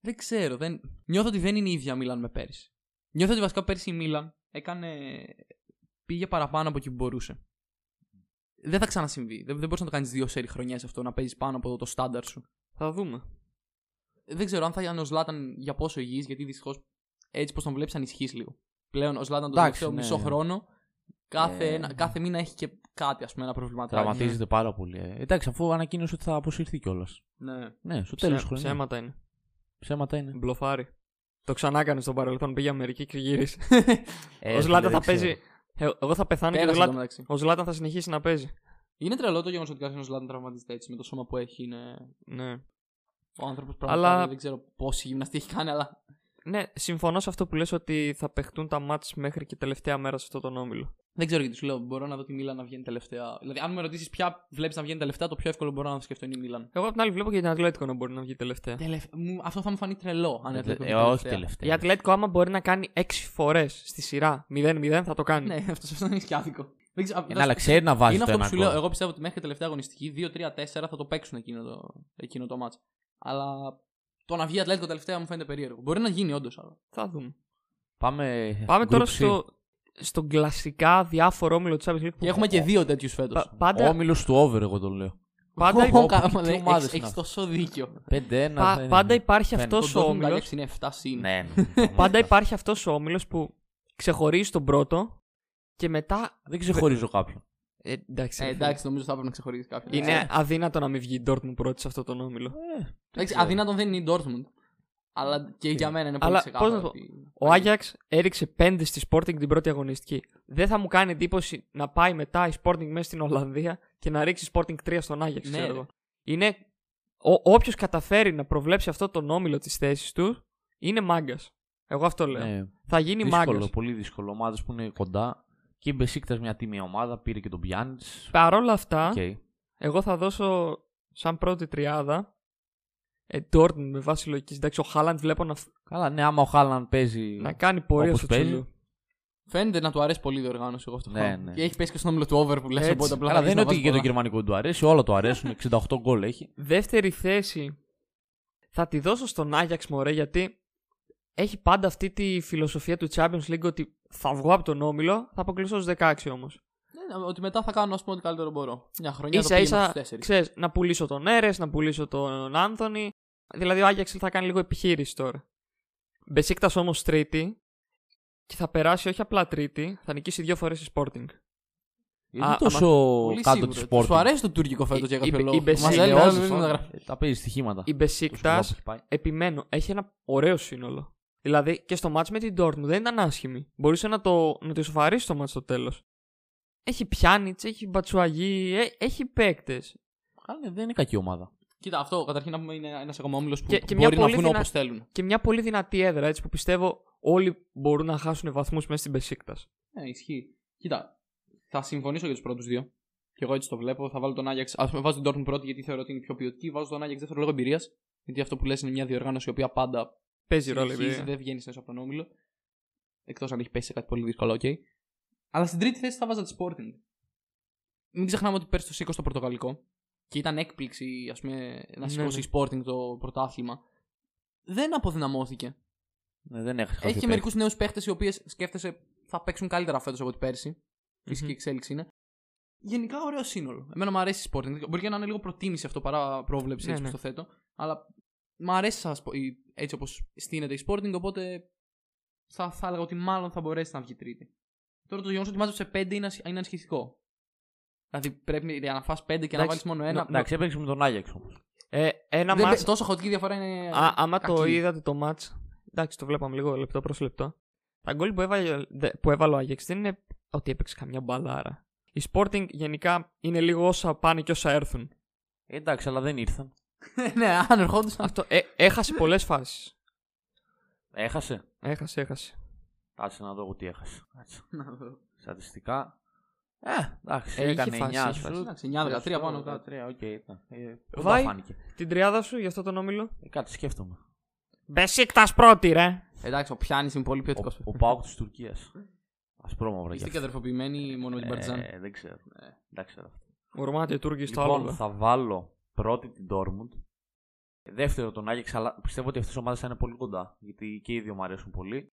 S2: δεν ξέρω. Δεν... Νιώθω ότι δεν είναι η ίδια Μίλαν με πέρυσι. Νιώθω ότι βασικά πέρυσι η Μίλαν έκανε... πήγε παραπάνω από εκεί που μπορούσε. Δεν θα ξανασυμβεί. Δεν, δεν μπορείς να το κάνεις δύο σερι χρονιές αυτό, να παίζεις πάνω από το στάνταρ σου.
S3: Θα δούμε.
S2: δεν ξέρω αν θα ήταν ο Ζλάταν για πόσο υγιής, γιατί δυστυχώς έτσι πώ τον βλέπεις ανησυχείς λίγο. Πλέον ο Ζλάταν τον
S1: Εντάξει,
S2: τελευταίο
S1: ναι.
S2: μισό χρόνο, κάθε,
S1: Ε.
S2: ένα- κάθε μήνα έχει και κάτι, ας πούμε, ένα προβληματάκι.
S1: Τραυματίζεται πάρα πολύ. ε. Εντάξει, αφού ανακοίνωσε ότι θα αποσυρθεί κιόλας.
S2: Ναι.
S1: Ναι, στο τέλος
S3: Ψε-
S1: χρονιά.
S3: Ψέματα είναι.
S1: Ψέματα είναι.
S3: Μπλοφάρι. Το ξανά έκανε στο παρελθόν. Πήγε Αμερική και γύρισε.
S1: Ε,
S3: ο Ζλάτα
S1: δεν
S3: θα
S1: ξέρω.
S3: παίζει. Ε, εγώ θα πεθάνω και ο
S2: Πέρασε
S3: Ζλάτα,
S2: το μεταξύ.
S3: ο Ζλάταν θα συνεχίσει να παίζει.
S2: Είναι τρελό το γεγονός ότι κάποιο ο Ζλάταν τραυματίζεται έτσι με το σώμα που έχει. Είναι...
S3: Ναι.
S2: Ο άνθρωπος
S3: Αλλά-
S2: πραγματικά δεν ξέρω πόση γυμναστή έχει κάνει, αλλά.
S3: ναι, συμφωνώ σε αυτό που λες ότι θα παιχτούν τα μάτς μέχρι και τελευταία μέρα σε αυτό τον όμιλο.
S2: Δεν ξέρω γιατί σου λέω. Μπορώ να δω τη Μίλαν να βγαίνει τελευταία. Δηλαδή, αν με ρωτήσεις ποια βλέπεις να βγαίνει τελευταία, το πιο εύκολο μπορώ να σκεφτώ είναι η Μίλαν.
S3: Εγώ απ' την άλλη βλέπω και την Ατλέτικο να μπορεί να βγει τελευταία.
S2: Τελευ... μου- Αυτό θα μου φανεί τρελό αν
S1: Ε,
S2: έρθει
S1: ε, όχι τελευταία.
S3: Η Ατλέτικο άμα μπορεί να κάνει 6 φορές στη σειρά 0-0 θα το κάνει.
S2: Ναι, αυτό αυτό είναι και άδικο. Δεν ξέρω,
S1: Ε, ναι, αλλά ξέρει να βάζει
S2: Είναι
S1: το
S2: αυτό που
S1: ένα
S2: σου
S1: γκολ.
S2: λέω. Εγώ πιστεύω ότι μέχρι και τελευταία αγωνιστική 2-3-4 θα το παίξουν εκείνο το, εκείνο το μάτς. Αλλά το να βγει Ατλέτικο τελευταία μου φαίνεται περίεργο. Μπορεί να γίνει όντως, αλλά.
S3: Θα δούμε.
S1: Πάμε,
S3: Πάμε τώρα
S1: group C.
S3: στο στον κλασικά διάφορο όμιλο του Champions League. που-
S2: Και έχουμε και δύο τέτοιους φέτος.
S3: Πα- πάντα,
S1: Όμιλος του over, εγώ το λέω.
S3: πάντα, υπά-
S1: ομάδες είναι
S2: Έχει
S1: αυτές.
S2: τόσο δίκιο.
S1: 5-1.
S3: πα-
S1: δεν-
S3: πάντα υπάρχει
S1: Φαίνεται.
S3: αυτός ο όμιλος
S2: είναι 7 συν. Ε,
S1: Ναι.
S3: Πάντα υπάρχει αυτός ο όμιλος που ξεχωρίζει τον πρώτο και μετά.
S1: Δεν ξεχωρίζω κάποιον.
S3: Ε, εντάξει.
S2: Ε,
S3: ρε φίλε.
S2: εντάξει, νομίζω θα έπρεπε να ξεχωρίσει κάποιον.
S3: Είναι αδύνατο να μην βγει η Dortmund πρώτη σε αυτόν τον όμιλο.
S2: Εντάξει, αδύνατον δεν είναι η Dortmund. Αλλά και για μένα είναι πολύ
S3: Αλλά
S2: ξεκάθαρο.
S3: πώς να το πω,
S2: ότι-
S3: Ο Άγιαξ έριξε 5 στη Sporting την πρώτη αγωνιστική. Δεν θα μου κάνει εντύπωση να πάει μετά η Sporting μέσα στην Ολλανδία και να ρίξει Sporting 3 στον Άγιαξ,
S2: Ναι,
S3: ξέρω
S2: ρε.
S3: εγώ. Είναι. Όποιος καταφέρει να προβλέψει αυτό τον όμιλο της θέσης του είναι μάγκας. Εγώ αυτό λέω.
S1: Ναι.
S3: Θα γίνει
S1: Δύσκολο,
S3: μάγκας.
S1: πολύ δύσκολο. Ομάδες που είναι κοντά. Και η Μπεσίκτα μια τίμια ομάδα πήρε και τον Πιάννη.
S3: Παρ' όλα αυτά,
S1: Okay.
S3: εγώ θα δώσω σαν πρώτη τριάδα. Ε, Dortmund με βάση λογικής. Εντάξει, ο Χάλαντ βλέπω να,
S1: Καλά, ναι, άμα ο Χάλαν παίζει.
S3: να κάνει πορεία
S1: Όπως
S3: στο
S1: παίζει.
S3: τσουλού.
S2: Φαίνεται να του αρέσει πολύ η διοργάνωση εγώ αυτό.
S1: Ναι,
S2: χάνω.
S1: ναι.
S2: Και έχει πέσει και στον όμιλο του over που λε.
S3: Έτσι.
S2: Οπότε απλά
S1: Καλά,
S2: θα
S1: δεν
S2: αρχίσει
S1: είναι
S2: να
S1: ότι
S2: βάζει
S1: και το
S2: πολλά.
S1: γερμανικό του αρέσει, όλα του αρέσουν. 68 γκολ έχει.
S3: Δεύτερη θέση θα τη δώσω στον Άγιαξ Μωρέ γιατί έχει πάντα αυτή τη φιλοσοφία του Champions League ότι θα βγω από τον όμιλο, θα αποκλειστώ στους 16 όμως.
S2: Ναι, ναι, Ότι μετά θα κάνω ας πούμε, ό,τι καλύτερο μπορώ. Μια χρονιά
S3: Ίσα ίσα,
S2: το πήγαινα στους 4.
S3: ξέρεις, να πουλήσω τον Έρες, να πουλήσω τον Άνθονη. Δηλαδή ο Άγιαξ θα κάνει λίγο επιχείρηση τώρα. Μπεσίκτας όμως τρίτη και θα περάσει όχι απλά τρίτη, θα νικήσει δύο φορές η Sporting.
S1: Είναι
S3: άμα-
S1: τόσο κάτω τη πόρτα.
S2: Σου αρέσει το τουρκικό φέτος
S3: Η-
S2: για
S3: η-
S2: κάποιο
S3: η
S2: λόγο.
S3: Μπεσί-
S2: Μας
S3: η
S2: έλεγε
S3: Μπεσί-
S2: άλλος, δεν γράφει.
S1: ναι, Τα παίζει στοιχήματα.
S3: Η Μπεσίκτας επιμένω, έχει ένα ωραίο σύνολο. Δηλαδή και στο match με την Dortmund δεν ήταν άσχημη. Μπορούσε να το, να το ισοφαρίσει το match στο τέλος. Έχει Πιάνιτ, έχει Μπατσουαγί, ε, έχει παίκτες.
S1: Καλά, ναι, δεν είναι κακή ομάδα.
S2: Κοίτα, αυτό καταρχήν να πούμε είναι ένας ακόμα όμιλο που
S3: Και- και μια
S2: μπορεί να
S3: πολύ
S2: βγουν
S3: δυνα-
S2: όπως θέλουν.
S3: Και μια πολύ δυνατή έδρα έτσι που πιστεύω όλοι μπορούν να χάσουν βαθμούς μέσα στην Πεσίκτα.
S2: Ναι, ισχύει. Κοίτα, θα συμφωνήσω για τους πρώτους δύο. Και εγώ έτσι το βλέπω. Θα βάλω τον Άγιαξ. Ας πούμε, βάζω την Dortmund πρώτη γιατί θεωρώ ότι είναι πιο ποιοτική. Βάζω τον Άγιαξ δεύτερο λόγω εμπειρίας. Γιατί αυτό που λες είναι μια διοργάνωση η οποία πάντα
S3: Παίζει ρόλο
S2: συνεχίζει,
S3: επειδή.
S2: δεν βγαίνει μέσα από τον όμιλο. Εκτός αν έχει πέσει σε κάτι πολύ δύσκολο, οκ. Αλλά στην τρίτη θέση θα βάζα τη Sporting. Μην ξεχνάμε ότι πέρσι το σήκωσε το Πορτογαλικό και ήταν έκπληξη ας πούμε, να
S3: Ναι,
S2: σηκώσει η Sporting το πρωτάθλημα. Δεν αποδυναμώθηκε.
S1: Ναι, δεν έχει
S2: Έχει
S1: χάσει
S2: και μερικού νέους παίχτες οι οποίες σκέφτεσαι θα παίξουν καλύτερα φέτος από ότι περσι Φυσική
S3: Μμμ.
S2: εξέλιξη είναι. Γενικά ωραίο σύνολο. Εμένα μου αρέσει η Sporting. Μπορεί και να είναι λίγο προτίμηση αυτό παρά πρόβλεψη
S3: Ναι,
S2: έτσι
S3: ναι.
S2: που το θέτω. Αλλά μου αρέσει σαν σπο- η- έτσι όπως στείνεται η Sporting. Οπότε θα, θα έλεγα ότι μάλλον θα μπορέσει να βγει τρίτη. Τώρα το γεγονός ότι μάζεψε 5 είναι, ασ- είναι ανησυχητικό. Δηλαδή πρέπει για να φας 5 και να
S3: Εντάξει,
S2: βάλεις μόνο ένα.
S1: Ναι, Εντάξει, έπαιξε με τον Άγιαξ όμως.
S3: Ε, ένα
S2: δεν,
S3: match.
S2: παι- Τόσο χωτική διαφορά είναι.
S3: Α, άμα το
S2: κακή.
S3: είδατε το match. Εντάξει, το βλέπαμε λίγο λεπτό προς λεπτό. Τα γκολ που έβαλε, δε- που έβαλε ο Άγιαξ δεν είναι ότι έπαιξε καμιά μπαλάρα. Η Sporting γενικά είναι λίγο όσα πάνε και όσα έρθουν.
S1: Ε, Εντάξει, αλλά δεν ήρθαν.
S2: ναι, αν ερχόντουσαν.
S3: Αυτό. Ε, έχασε πολλές φάσεις.
S1: Έχασε.
S3: Έχασε, έχασε.
S1: Κάτσε να δω εγώ τι έχασε. Κάτσε.
S2: Να δω.
S1: Στατιστικά. Ε, εντάξει,
S3: Ε, είχε
S1: έκανε
S3: φάση,
S1: 9
S3: είχε φάση.
S1: σου.
S2: Εντάξει, 9-13 πάνω κάτω.
S1: 13, ε, οκ, ήταν. Ε, κοντά
S3: Βάει.
S1: φάνηκε.
S3: Την τριάδα σου για αυτό τον όμιλο.
S1: Ε, Κάτι σκέφτομαι.
S3: Μπεσίκτα πρώτη, ρε.
S2: Εντάξει, ο Πιάννη είναι πολύ
S1: Ο,
S2: ποιοτικός.
S1: ο Πάοκ της Τουρκίας. Ασπρόμαυρα
S2: Είστε
S1: για
S2: και Ναι. αδερφοποιημένοι μόνο με την Παρτιζάν.
S1: Ε, δεν ξέρω. Δεν ξέρω.
S3: Ορμάτε οι Τούρκοι στο
S1: Λοιπόν,
S3: άλλο. ε.
S1: θα βάλω πρώτη την Dortmund. Δεύτερο τον Άγιεξ, αλλά πιστεύω ότι αυτές οι ομάδες θα είναι πολύ κοντά. Γιατί και οι δύο μου αρέσουν πολύ.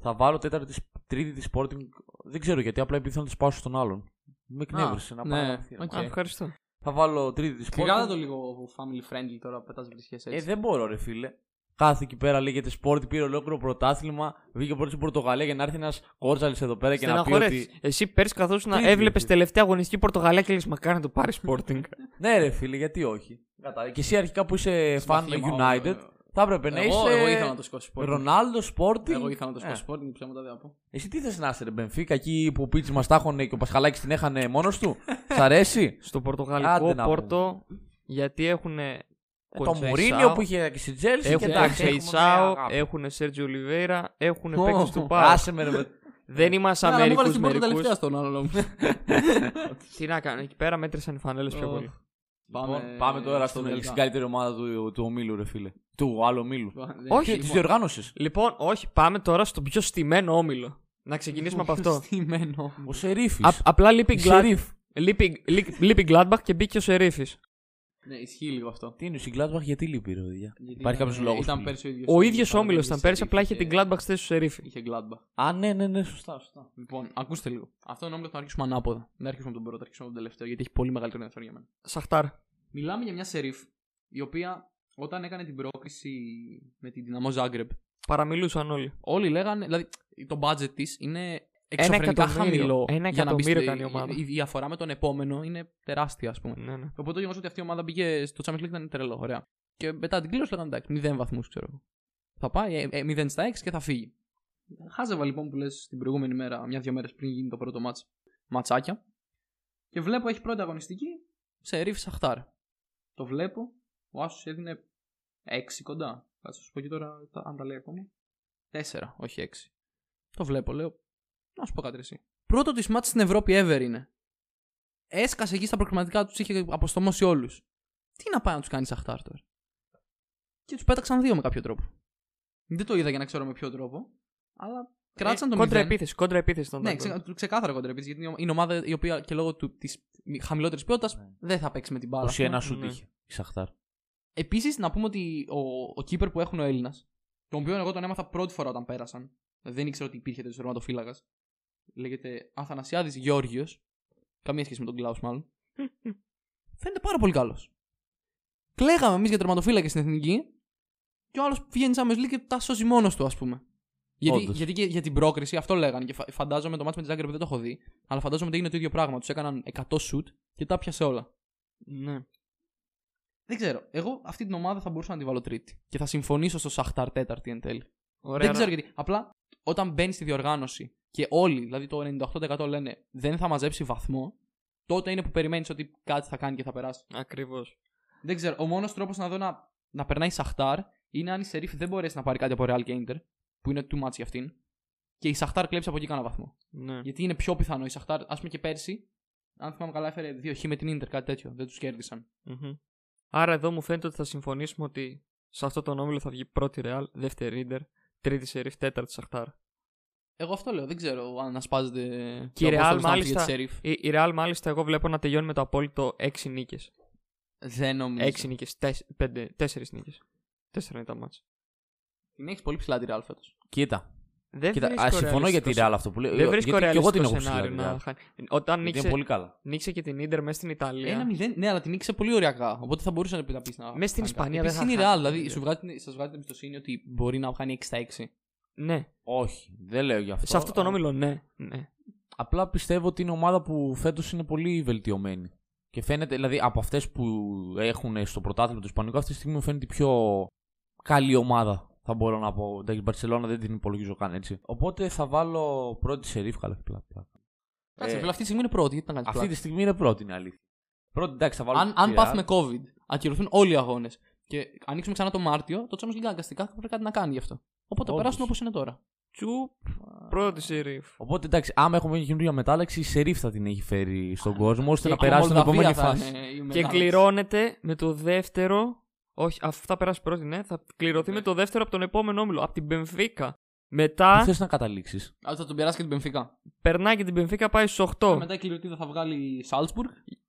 S1: Θα βάλω τέταρτη, της- τρίτη τη Sporting. Δεν ξέρω γιατί, απλά επειδή θέλω να τη πάω στον άλλον. Με εκνεύρισε να
S2: ναι,
S1: πάω.
S2: οκ.
S3: Α, ευχαριστώ.
S1: Θα βάλω τρίτη τη
S2: Κρυγάτα το
S1: Sporting.
S2: λίγο family friendly τώρα που πετάς βρισχές
S1: Ε,
S2: έτσι.
S1: δεν μπορώ, ρε φίλε. Κάθε εκεί πέρα λέγεται Sport, πήρε ολόκληρο πρωτάθλημα. Βγήκε πρώτη στην Πορτογαλία για να έρθει ένας Κόρτζαλη εδώ πέρα και να πει ότι.
S3: Στεναχωρέθηκες. Εσύ πέρσι καθώς να
S1: Τι
S3: έβλεπε
S1: βλέπεις.
S3: τελευταία αγωνιστική Πορτογαλία και λες μακάρι να το πάρει Sporting.
S1: Ναι, ρε φίλε, γιατί όχι. Κατάλαβα. Και εσύ αρχικά που είσαι fan
S2: Συμπαθήμα,
S1: United,
S2: ε,
S1: θα έπρεπε να
S2: εγώ,
S1: είσαι.
S2: εγώ ήθελα να το σηκώσω Sporting.
S1: Ρονάλντο, Sporting.
S2: Εγώ ήθελα να το
S1: Ε,
S2: σηκώσω Sporting, ψέματα δεν θα πω.
S1: Εσύ τι θες να είσαι, ρε Μπενφίκα, εκεί που ο Πίτσι μα τάχωνε και ο Πασχαλάκης την έχανε μόνος του. Σ' αρέσει.
S3: Στο
S1: Άντε
S3: Πορτογαλικό
S1: να Ε,
S3: Πόρτο, γιατί έχουν.
S1: το Μουρίνιο που είχε και στη Τζέλση.
S3: Έχουν
S1: εντάξει, έχουμε
S3: Τσεϊτσάο,
S1: μια αγάπη.
S2: Ε,
S3: έχουν Σέρτζι Ολιβέηρα, έχουν
S1: Ω,
S3: παίκτες του Πάου.
S1: Άσε με ρε. με-
S3: Δεν είμαστε
S2: Να Ναι, μου βάλεις
S3: Αμερικού
S2: την πόρτα
S3: μερικούς.
S2: τελευταία στον άλλο μου.
S3: Τι να κάνω, εκεί πέρα μέτρησαν οι φανέλες πιο
S2: Ω.
S3: πολύ.
S1: Λοιπόν, Πάμε τώρα
S2: στο
S1: στον-
S2: τελικά.
S1: στην καλύτερη ομάδα του, του ομίλου, ρε φίλε. Του άλλου ομίλου.
S2: Δεν-
S3: Όχι,
S1: Τη
S2: Λοιπόν,
S1: διοργάνωσης.
S3: Λοιπόν, όχι, πάμε τώρα στο πιο στημένο όμιλο. Να ξεκινήσουμε από αυτό.
S2: Στημένο.
S1: Ο Σερίφη.
S3: Α- απλά λείπει η Glad-
S1: Σερίφ.
S3: λείπει- λείπει- λείπει η Gladbach και μπήκε ο Σερίφης.
S2: Ναι, ισχύει λίγο αυτό.
S1: Τι είναι, η Gladbach γιατί λείπει, ρε παιδιά.
S2: Γιατί
S1: Υπάρχει
S2: ήταν-
S1: κάποιος λόγος.
S2: Ήταν πέρσι ο ίδιος.
S3: Ο ίδιο όμιλο ήταν πέρσι, απλά είχε την Gladbach στη θέση του Σερίφη.
S2: Είχε Gladbach.
S1: Α, ναι, ναι, ναι, σωστά, σωστά.
S2: Λοιπόν, ακούστε λίγο. Αυτό είναι όμιλο θα αρχίσουμε ανάποδα. Δεν αρχίσουμε από τον πρώτο, αρχίσουμε από τον τελευταίο, γιατί έχει πολύ μεγαλύτερο ενδιαφέρον για μένα.
S3: Σαχτάρ.
S2: Μιλάμε για μια σερίφ η οποία όταν έκανε την πρόκληση με την Δυναμό Ζάγκρεπ,
S3: Παραμιλούσαν όλοι.
S2: όλοι λέγανε. Δηλαδή, το budget της είναι εξωφρενικά
S3: εκατομμύριο.
S2: χαμηλό.
S3: Ένα
S2: για να μπεις
S3: εκατομμύριο
S2: στο-
S3: κάνει η ομάδα.
S2: Η, η διαφορά με τον επόμενο είναι τεράστια, ας πούμε.
S3: Ναι, ναι.
S2: Οπότε το γεγονός ότι αυτή η ομάδα πήγε στο Champions League ήταν τρελό. Ωραία. Και μετά την κλήρωση λέγανε εντάξει, 0 βαθμούς, ξέρω εγώ. Θα πάει ε, ε, 0 στα 6 και θα φύγει. Χάζευα λοιπόν που λες την προηγούμενη μέρα, μια-δύο μέρες πριν γίνει το πρώτο μάτς, ματσάκια. Και βλέπω έχει πρώτη αγωνιστική σε ρίφ Σαχτάρ. Το βλέπω. Ο Άσος έδινε 6 κοντά. Θα σας πω και τώρα τα- αν τα λέει ακόμα. 4, όχι 6. Το βλέπω, λέω. Να σου πω κάτι ρε εσύ. Πρώτο της μάτς στην Ευρώπη ever είναι έσκασε εκεί στα προκριματικά τους, είχε αποστομώσει όλους. Τι να πάει να τους κάνει Σαχτάρ τώρα. Και τους πέταξαν δύο με κάποιο τρόπο. Δεν το είδα για να ξέρω με ποιο τρόπο, αλλά κράτησαν το
S3: Ε, Κόντρα
S2: μηδέν.
S3: επίθεση, κόντρα επίθεση τον
S2: Ναι,
S3: Ντάγκον.
S2: ξε, ξεκάθαρα κοντρεπίτ. Γιατί είναι η ομάδα η οποία και λόγω της χαμηλότερης ποιότητας
S1: Ναι.
S2: δεν θα παίξει με την μπάλα.
S1: 21 σου
S3: ναι.
S1: τύχε. Η Σαχτάρ.
S2: Επίσης, να πούμε ότι ο, ο keeper που έχουν ο Έλληνας, τον οποίο εγώ τον έμαθα πρώτη φορά όταν πέρασαν, δεν ήξερα ότι υπήρχε τέτοιος τερματοφύλακα. Λέγεται Αθανασιάδης Γεώργιος. Καμία σχέση με τον Κλάους, μάλλον. Φαίνεται πάρα πολύ καλός. Κλαίγαμε εμείς για τερματοφύλακε στην εθνική, και ο άλλος βγαίνει σαν μεσλή και τα σώζει μόνος του, ας πούμε. Γιατί,
S1: Όντως.
S2: γιατί και για την πρόκριση, αυτό λέγανε. Και φα- φαντάζομαι το μάτι με τη Ζάγκρεπ δεν το έχω δει, αλλά φαντάζομαι ότι έγινε το ίδιο πράγμα. Τους έκαναν 100 σουτ και τα πιασε όλα.
S3: Ναι.
S2: Δεν ξέρω. Εγώ αυτή την ομάδα θα μπορούσα να τη βάλω τρίτη. Και θα συμφωνήσω στο Σαχτάρ τέταρτη εν τέλει.
S3: Ωραία.
S2: δεν ξέρω γιατί. Απλά όταν μπαίνει στη διοργάνωση και όλοι, δηλαδή το 98% λένε δεν θα μαζέψει βαθμό, τότε είναι που περιμένεις ότι κάτι θα κάνει και θα περάσει.
S3: Ακριβώς.
S2: Δεν ξέρω. Ο μόνος τρόπος να δω να, να περνάει η Σαχτάρ είναι αν η Σερίφ δεν μπορέσει να πάρει κάτι από Real και Inter, που είναι too much για αυτήν. Και η Σαχτάρ κλέψει από εκεί κανένα βαθμό.
S3: Ναι.
S2: Γιατί είναι πιο πιθανό η Σαχτάρ, ας πούμε και πέρσι, αν θυμάμαι καλά, έφερε δύο χ με την Inter, κάτι τέτοιο. Δεν τους κέρδισαν.
S3: Μμμ. Άρα εδώ μου φαίνεται ότι θα συμφωνήσουμε ότι σε αυτό τον όμιλο θα βγει πρώτη Ρεάλ, δεύτερη Ίντερ, τρίτη Σερίφ, τέταρτη Σαχτάρ.
S2: Εγώ αυτό λέω. Δεν ξέρω αν ασπάζεται.
S3: Και η
S2: το
S3: Real,
S2: απόστολο στάφτη
S3: μάλιστα-
S2: για τη Σερίφ.
S3: Η, η Ρεάλ μάλιστα εγώ βλέπω να τελειώνει με το απόλυτο 6 νίκες.
S2: Δεν νομίζω.
S3: 6 νίκε, 4 νίκε. 4 είναι τα μάτσα.
S2: Την έχεις πολύ ψηλά τη Real φέτος.
S1: Κοίτα.
S3: Δεν
S1: Κοίτα,
S3: βρίσκω
S1: α, συμφωνώ για τη
S3: ρεαλιστικό
S1: Real αυτό που λέω.
S3: σεν- Δεν βρίσκω
S1: Γιατί και εγώ την έχω
S3: ρεαλιστικό
S1: ψηλά,
S3: σενάριο
S1: τη Real.
S3: να χάνει. Όταν
S1: Γιατί
S3: νίξε,
S1: είναι πολύ καλά.
S3: νίξε και την Ίντερ μέσα στην Ιταλία.
S2: Ένα μηδέν, ναι, αλλά την νίκησε πολύ ωριακά. Οπότε θα μπορούσε να πει να πεις να.
S3: Μες στην
S2: κάνει
S3: Ισπανία
S2: κάτι.
S3: δεν
S2: Επίσης είναι
S3: θα χάσει.
S2: Real, δηλαδή σου βγάζει, την- σας βγάζει την εμπιστοσύνη ότι μπορεί να χάνει 6 στα 6.
S3: Ναι,
S1: Όχι, δεν λέω γι' αυτό.
S3: σε αυτό τον
S1: αλλά-
S3: όμιλο ναι. ναι.
S1: Απλά πιστεύω ότι είναι ομάδα που φέτος είναι πολύ βελτιωμένη. Και φαίνεται, δηλαδή από αυτές που έχουν στο πρωτάθλημα του Ισπανικού, αυτή τη στιγμή μου φαίνεται η πιο καλή ομάδα. Θα μπορώ να πω. Εντάξει, η Μπαρσελόνα δεν την υπολογίζω καν έτσι. Οπότε θα βάλω πρώτη σε ρίφ, καλά. πλάκα, πλάκα.
S2: Εντάξει,
S1: Ε,
S2: φίλε, αυτή τη στιγμή είναι πρώτη, γιατί να κάνει
S1: Αυτή τη στιγμή είναι πρώτη, είναι αλήθεια. Πρώτη, εντάξει, θα βάλω.
S2: Αν,
S1: τη
S2: αν
S1: Real.
S2: πάθουμε COVID, ακυρωθούν όλοι οι αγώνες και ανοίξουμε ξανά το Μάρτιο, το Champions League αναγκαστικά θα πρέπει κάτι να κάνει γι' αυτό. Οπότε
S1: Όντως.
S2: θα περάσουν όπως είναι τώρα.
S3: Τσουπ, πρώτη Σερίφ.
S1: Οπότε εντάξει, άμα έχουμε μια καινούργια μετάλλαξη, η Σερίφ θα την έχει φέρει στον κόσμο ώστε
S2: Και
S1: να
S2: η
S1: περάσει την
S2: Μολδαβία
S1: επόμενη
S2: θα
S1: φάση.
S2: είναι η
S3: Και
S2: μετάλλαξη.
S3: κληρώνεται με το δεύτερο. Όχι, αυτά περάσει πρώτη, ναι. Θα κληρωθεί με το δεύτερο από τον επόμενο όμιλο, από την Πενφύκα.
S1: Πού
S3: Μετά
S1: θες να καταλήξεις.
S2: Α, θα τον περάσει και την Πενφύκα.
S3: περνάει και την Πενφύκα, πάει στους
S2: Και
S3: 8.
S2: Μετά η κληροτίδα θα βγάλει η Σάλτσμπουργκ.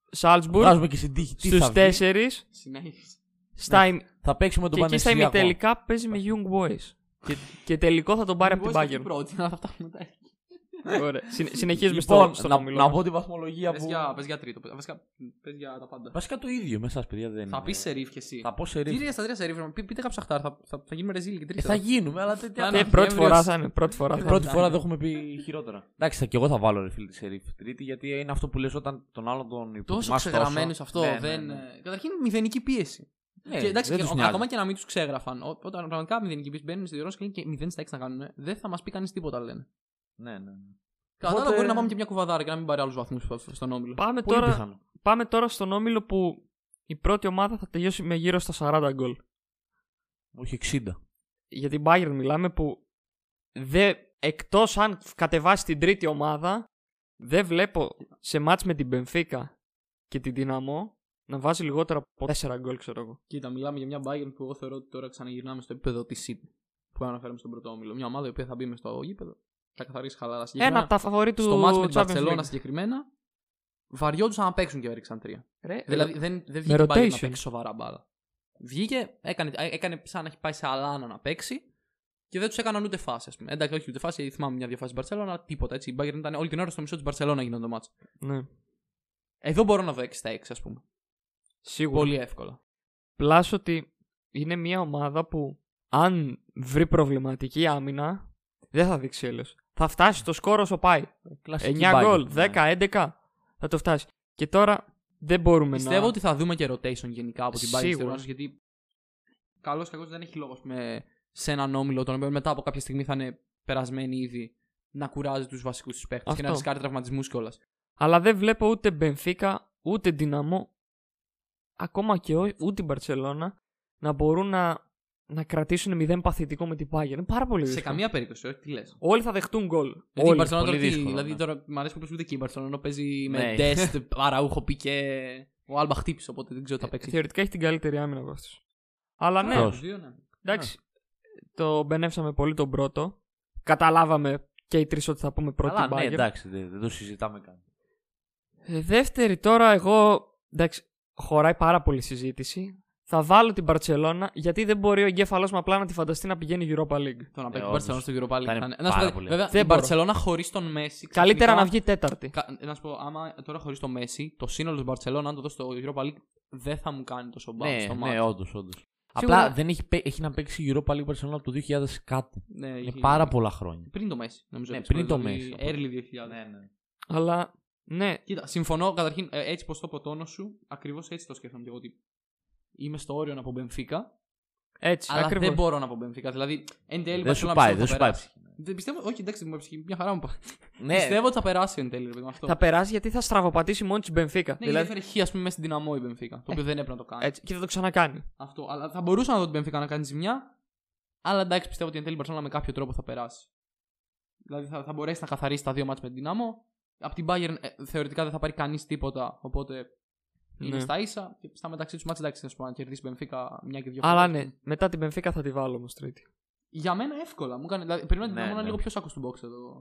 S3: Σάλτσμπουργκ,
S1: Βγάζουμε και στην τύχη. Τι θα,
S3: στου
S1: βγει.
S3: 4.
S2: Συνέχιση.
S3: Στα
S1: Ναι.
S3: ημ-
S1: θα παίξουμε τον
S3: Και εκεί στα
S1: Πανεπιστήμιο.
S3: ημιτελικά παίζει με Young Boys. και, και τελικό θα τον πάρει από την
S2: Μπορείς να βγει
S3: Bayern.
S2: Πρώτη, να θα φτάσουμε μετά.
S3: Ωραία. Συν- συνεχίζουμε
S1: Λοιπόν,
S3: στο, στο
S1: να,
S3: όμιλο.
S1: να πω τη βαθμολογία
S2: Πες
S1: που.
S2: για, πες για τρίτο. Βασικά, πες για τα πάντα.
S1: Βασικά το ίδιο με εσά, παιδιά δεν
S2: Θα
S1: είναι.
S2: πεις σε ρίφ και εσύ.
S1: Θα πω σε ρίφη.
S2: Τρία στα τρία σε ρίφ. Πείτε κάποιο σαχτάρ. Θα, θα, θα γίνουμε ρεζίλ και τρεις.
S1: Ε, θα γίνουμε, αλλά τέτοια.
S2: Θα
S3: Και
S2: είναι
S3: Ε, πρώτη
S2: Νοέμβριος.
S3: φορά θα είναι. Πρώτη φορά θα
S1: Ε,
S3: είναι.
S1: Πρώτη φορά δεν έχουμε πει χειρότερα. Εντάξει, θα και εγώ θα βάλω ρε φίλε τη Σερίφ τρίτη, γιατί είναι αυτό που λες όταν τον άλλον τον υποτιμάς
S2: Τόσο
S1: τόσο.
S2: ξεγραμμένου αυτό.
S1: Ναι, ναι,
S2: δεν...
S1: ναι.
S2: Καταρχήν μηδενική πίεση.
S1: Ναι,
S2: και εντάξει,
S1: δεν
S2: και,
S1: τους
S2: ο-
S1: νοιάζει.
S2: ακόμα και να μην τους ξέγραφαν. ό- Όταν πραγματικά μηδενική πίεση μπαίνουν στη διοργάνωση και λένε και 0 στα 6 να κάνουν, δεν θα μας πει κανείς τίποτα λένε.
S1: Ναι, ναι. ναι.
S2: Κατά τα
S1: Οπότε-
S2: άλλα, μπορεί να πάμε και μια κουβαδάρα και να μην πάρει άλλους βαθμούς στον όμιλο.
S3: Πάμε
S1: Πολύ
S3: Ε, τώρα,
S1: πιθανό.
S3: πάμε τώρα στον όμιλο που η πρώτη ομάδα θα τελειώσει με γύρω στα 40 γκολ.
S1: Όχι 60.
S3: Για την Bayern μιλάμε που δε, εκτός αν κατεβάσει την τρίτη ομάδα δεν βλέπω σε μάτς με την Benfica και την Δυναμό να βάζει λιγότερα από 4 γκολ ξέρω εγώ.
S2: Κοίτα, μιλάμε για μια Bayern που εγώ θεωρώ ότι τώρα ξαναγυρνάμε στο επίπεδο της City που αναφέραμε στον πρώτο όμιλο. Μια ομάδα η οποία θα μπει μες στο γήπεδο, θα καθαρίσει χαλαρά
S3: Ένα
S2: συγκεκριμένα.
S3: από τα φαβορή του
S2: στο μάτι με την
S3: Champions League.
S2: Barcelona συγκεκριμένα Βαριόντουσαν να παίξουν και έριξαν τρία.
S3: Ρε,
S2: Δηλαδή δεν, δεν βγήκε πάλι να
S3: Ε, rotation.
S2: παίξει σοβαρά μπάλα. Βγήκε, έκανε, έκανε σαν να έχει πάει σε αλάνα να παίξει και δεν τους έκαναν ούτε φάση. Ας πούμε. Εντάξει, όχι ούτε φάση, θυμάμαι μια διαφάση στην Barcelona, αλλά τίποτα έτσι. Η Bayern ήταν όλη την ώρα στο μισό της Barcelona γινόταν το μάτσο.
S3: ναι.
S2: Εδώ μπορώ να δω 6 στα 6, ας πούμε.
S3: Σίγουρα.
S2: Πολύ εύκολα.
S3: Πλάς ότι είναι μια ομάδα που αν βρει προβληματική άμυνα, δεν θα δείξει έλεος. Θα φτάσει το σκόρο όσο πάει. 9
S1: Bayern,
S3: γκολ,
S1: ναι.
S3: 10, 11. Θα το φτάσει. Και τώρα δεν μπορούμε να.
S2: Πιστεύω ότι θα δούμε και rotation γενικά από την Bayern
S3: Σίγουρα.
S2: Σίγουρα. γιατί καλό ή κακό δεν έχει λόγο ας πούμε, σε έναν όμιλο τον οποίο μετά από κάποια στιγμή θα είναι περασμένοι ήδη να κουράζει τους βασικούς τους παίχτες και να
S3: Αυτό.
S2: ρισκάρει τραυματισμούς κιόλας.
S3: Αλλά δεν βλέπω ούτε Μπενφίκα, ούτε Δυναμό, ακόμα και ό, ούτε Μπαρσελόνα να μπορούν να, να κρατήσουν μηδέν παθητικό με την Bayern. Είναι πάρα πολύ
S2: Σε
S3: δύσκολο.
S2: καμία περίπτωση, όχι, τι λες.
S3: Όλοι θα δεχτούν γκολ.
S2: Δηλαδή, η
S3: Όλοι.
S2: Barcelona τώρα,
S1: πολύ
S2: τι-
S1: δύσκολο,
S2: δηλαδή
S1: ναι.
S2: τώρα μ' αρέσει που παίζει ούτε και η Barcelona παίζει
S1: Ναι.
S2: με Dest, Αραούχο, Πικέ. Ο Άλμπα χτύπησε, οπότε δεν ξέρω τι θα
S1: Ε,
S2: παίξει.
S3: Θεωρητικά έχει την καλύτερη άμυνα από αυτού. Αλλά ναι,
S1: Βεβαίως.
S2: Δύο, ναι.
S3: εντάξει. Το μπενεύσαμε πολύ τον πρώτο. Καταλάβαμε και οι τρεις ότι θα πούμε πρώτη
S1: Καλά, ναι,
S3: Bayern.
S1: εντάξει, δεν, δεν το συζητάμε καν.
S3: Ε, Δεύτερη τώρα εγώ, εντάξει, χωράει πάρα πολύ συζήτηση. Θα βάλω την Barcelona γιατί δεν μπορεί ο εγκέφαλός μου απλά να τη φανταστεί να πηγαίνει Europa League.
S2: Το να παίξει
S1: Ε,
S2: η Barcelona
S1: όντως.
S2: στο Europa League.
S1: Θα είναι
S2: θα Να σου
S1: πάρα
S2: πω,
S1: πολύ.
S2: Βέβαια,
S3: Δεν
S2: η
S3: μπορώ.
S2: Barcelona χωρίς τον Messi.
S3: Καλύτερα
S2: ξαφνικά-
S3: να βγει τέταρτη.
S2: Κα- Να σου πω, άμα τώρα χωρίς τον Messi, το σύνολο της Barcelona, αν το δω στο Europa League, δεν θα μου κάνει τόσο μπαμ
S1: Ναι,
S2: στο
S1: ναι,
S2: μάτι.
S1: όντως, όντως.
S3: Σίγουρα-
S1: Απλά δεν έχει, παί- έχει να παίξει η Europa League Barcelona από το 2000 κάτι.
S2: Ναι,
S1: Είναι
S2: έχει-
S1: πάρα πολλά χρόνια.
S2: Πριν το Messi, νομίζω.
S1: Ναι,
S2: έτσι,
S1: πριν το
S2: δηλαδή,
S1: Messi.
S2: Early 2000.
S3: Αλλά ναι,
S2: Κοίτα, συμφωνώ καταρχήν ε, έτσι πως το ποτόνο σου, ακριβώς έτσι το σκέφτομαι και εγώ. Ότι είμαι στο όριο να πω Μπενφίκα,
S3: έτσι.
S2: Αλλά
S3: ακριβώς.
S2: δεν μπορώ να πω Μπενφίκα. Δηλαδή, εν τέλει
S1: Δεν
S2: Barcelona
S1: σου
S2: πιστεύω
S1: πάει,
S2: θα
S1: δεν σου πάει.
S2: περάσει. Δεν πιστεύω, όχι εντάξει, μου έψυχε μια χαρά μου πάει.
S1: Ναι,
S2: Πιστεύω ότι θα περάσει εν τέλει. ρε παιδί μου, Αυτό.
S3: Θα περάσει γιατί θα στραβοπατήσει μόνη της Μπενφίκα.
S2: Ναι,
S3: δηλαδή,
S2: δηλαδή... έφερε χ, ας πούμε, μέσα στην δυναμό η Μπενφίκα.
S1: Ε,
S2: Το οποίο δεν έπρεπε να το κάνει.
S3: έτσι, και θα το ξανακάνει.
S2: Αυτό. Αλλά θα μπορούσα να δω την Μπενφίκα να κάνει ζημιά. Αλλά εντάξει, πιστεύω ότι εν τέλει η Barcelona με κάποιο τρόπο θα περάσει. Δηλαδή θα, θα μπορέσει να καθαρίσει τα δύο μάτια με την δυναμό. Από την Bayern ε, θεωρητικά δεν θα πάρει κανείς τίποτα. Οπότε είναι
S3: Ναι.
S2: στα ίσα. Και στα μεταξύ τους μάτια εντάξει, να σου πω, να κερδίσει η Μπενφίκα μια και δύο
S3: Αλλά
S2: φορές.
S3: ναι, μετά την Μπενφίκα θα τη βάλω όμως τρίτη.
S2: Για μένα εύκολα. Μου έκανε, δηλαδή, περίμενα την
S1: Ναι,
S2: ναι,
S1: ναι.
S2: λίγο πιο σάκο του box εδώ.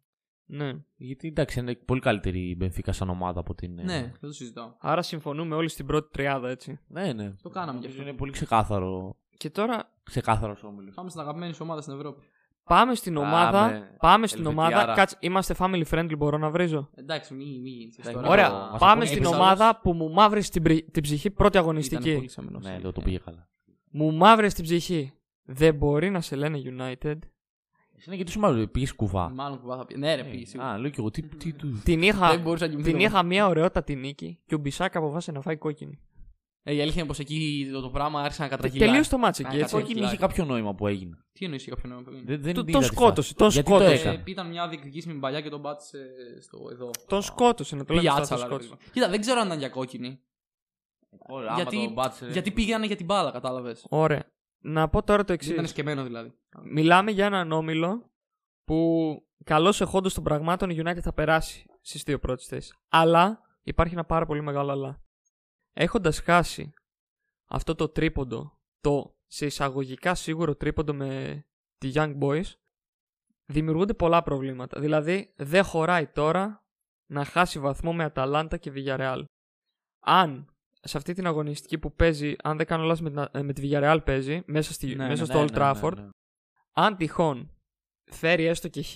S3: Ναι.
S1: γιατί εντάξει, είναι πολύ καλύτερη η Benfica σαν ομάδα από την. ε,
S2: Ναι, δεν το συζητάω.
S3: Άρα συμφωνούμε όλοι στην πρώτη τριάδα, έτσι.
S1: ναι, ναι.
S3: Ε,
S2: Το κάναμε κι
S1: Νομίζω
S2: αυτό.
S1: Είναι πολύ ξεκάθαρο.
S3: Και τώρα
S1: Ξεκάθαρος όμιλος.
S2: Πάμε στην αγαπημένη σου ομάδα στην Ευρώπη.
S3: πάμε στην ομάδα.
S1: Πάμε.
S3: Πάμε στην
S1: Ελβετιάρα.
S3: ομάδα. Κάτσε, είμαστε family friendly, μπορώ να βρίζω.
S2: Ε, Εντάξει, μη, μη γίνεις
S1: Εντάξει,
S2: τώρα.
S3: Ωραία.
S1: το- μας
S3: Πάμε
S1: το
S3: στην
S1: πούλησε
S3: ομάδα που μου μαύρησε την, πρι- την ψυχή πρώτη
S2: Ήταν
S3: αγωνιστική.
S2: πολύ ξαμενός. Ε,
S1: Ναι, εδώ το πήγε καλά.
S3: Μου μαύρησε την ψυχή. Δεν μπορεί να σε λένε United.
S1: Εσύ είναι γιατί σου μάλλον πήγες κουβά.
S2: Μάλλον κουβά θα πει. Ναι, ρε,
S1: Ε,
S2: πήγες σίγουρα.
S1: Α, λέω και εγώ. Τι, τι του.
S3: Την
S2: Δεν
S3: είχα,
S2: μπορούσα να κοιμηθώ.
S3: την είχα μια ωραιότατη νίκη και ο Μπισάκα αποφάσισε να φάει κόκκινη.
S2: Ε, η αλήθεια είναι πως εκεί το, το πράγμα άρχισε να
S3: Τε,
S2: κατραγγυλάει.
S3: τελείωσε το μάτσο εκεί,
S2: Α,
S1: Η
S3: έτσι.
S2: κόκκινη.
S1: κόκκινη είχε κάποιο νόημα που έγινε.
S2: Τι εννοείς για ποιον νόμο.
S1: Δεν, δεν
S3: Το-
S1: την
S3: τον
S1: είδα τη
S3: σκότωσε,
S1: φάση.
S3: τον
S1: Γιατί
S3: σκότωσε.
S1: έκανε.
S2: Ε, Ήταν μια διεκδικήσιμη μπαλιά και τον πάτησε στο εδώ.
S3: Τον σκότωσε, να το λέμε
S2: Πιάτσα,
S3: σωστά, τον
S2: αλλά, ρε
S3: σκότωσε.
S2: παιδί μου. Κοίτα, δεν ξέρω αν ήταν για κόκκινη.
S1: Ωραία, άμα
S2: γιατί,
S1: τον πάτησε-
S2: γιατί πήγανε για την μπάλα, κατάλαβες.
S3: Ωραία. Να πω τώρα το εξή.
S2: Ήταν σκεμμένο δηλαδή.
S3: Μιλάμε για έναν όμιλο που καλώς εχόντως των πραγμάτων η United θα περάσει στις δύο πρώτες θέσεις. Αλλά υπάρχει ένα πάρα πολύ μεγάλο αλλά. Έχοντας χάσει αυτό το τρίποντο, το σε εισαγωγικά σίγουρο τρίποντο με τη Young Boys, δημιουργούνται πολλά προβλήματα. Δηλαδή, δεν χωράει τώρα να χάσει βαθμό με Αταλάντα και Villarreal. Αν σε αυτή την αγωνιστική που παίζει, αν δεν κάνω λάθος με, την Α- ε, με τη Villarreal παίζει, μέσα, στη,
S1: Ναι,
S3: μέσα
S1: ναι,
S3: στο
S1: ναι,
S3: Old
S1: ναι, ναι,
S3: Trafford,
S1: ναι.
S3: αν τυχόν φέρει έστω και χ,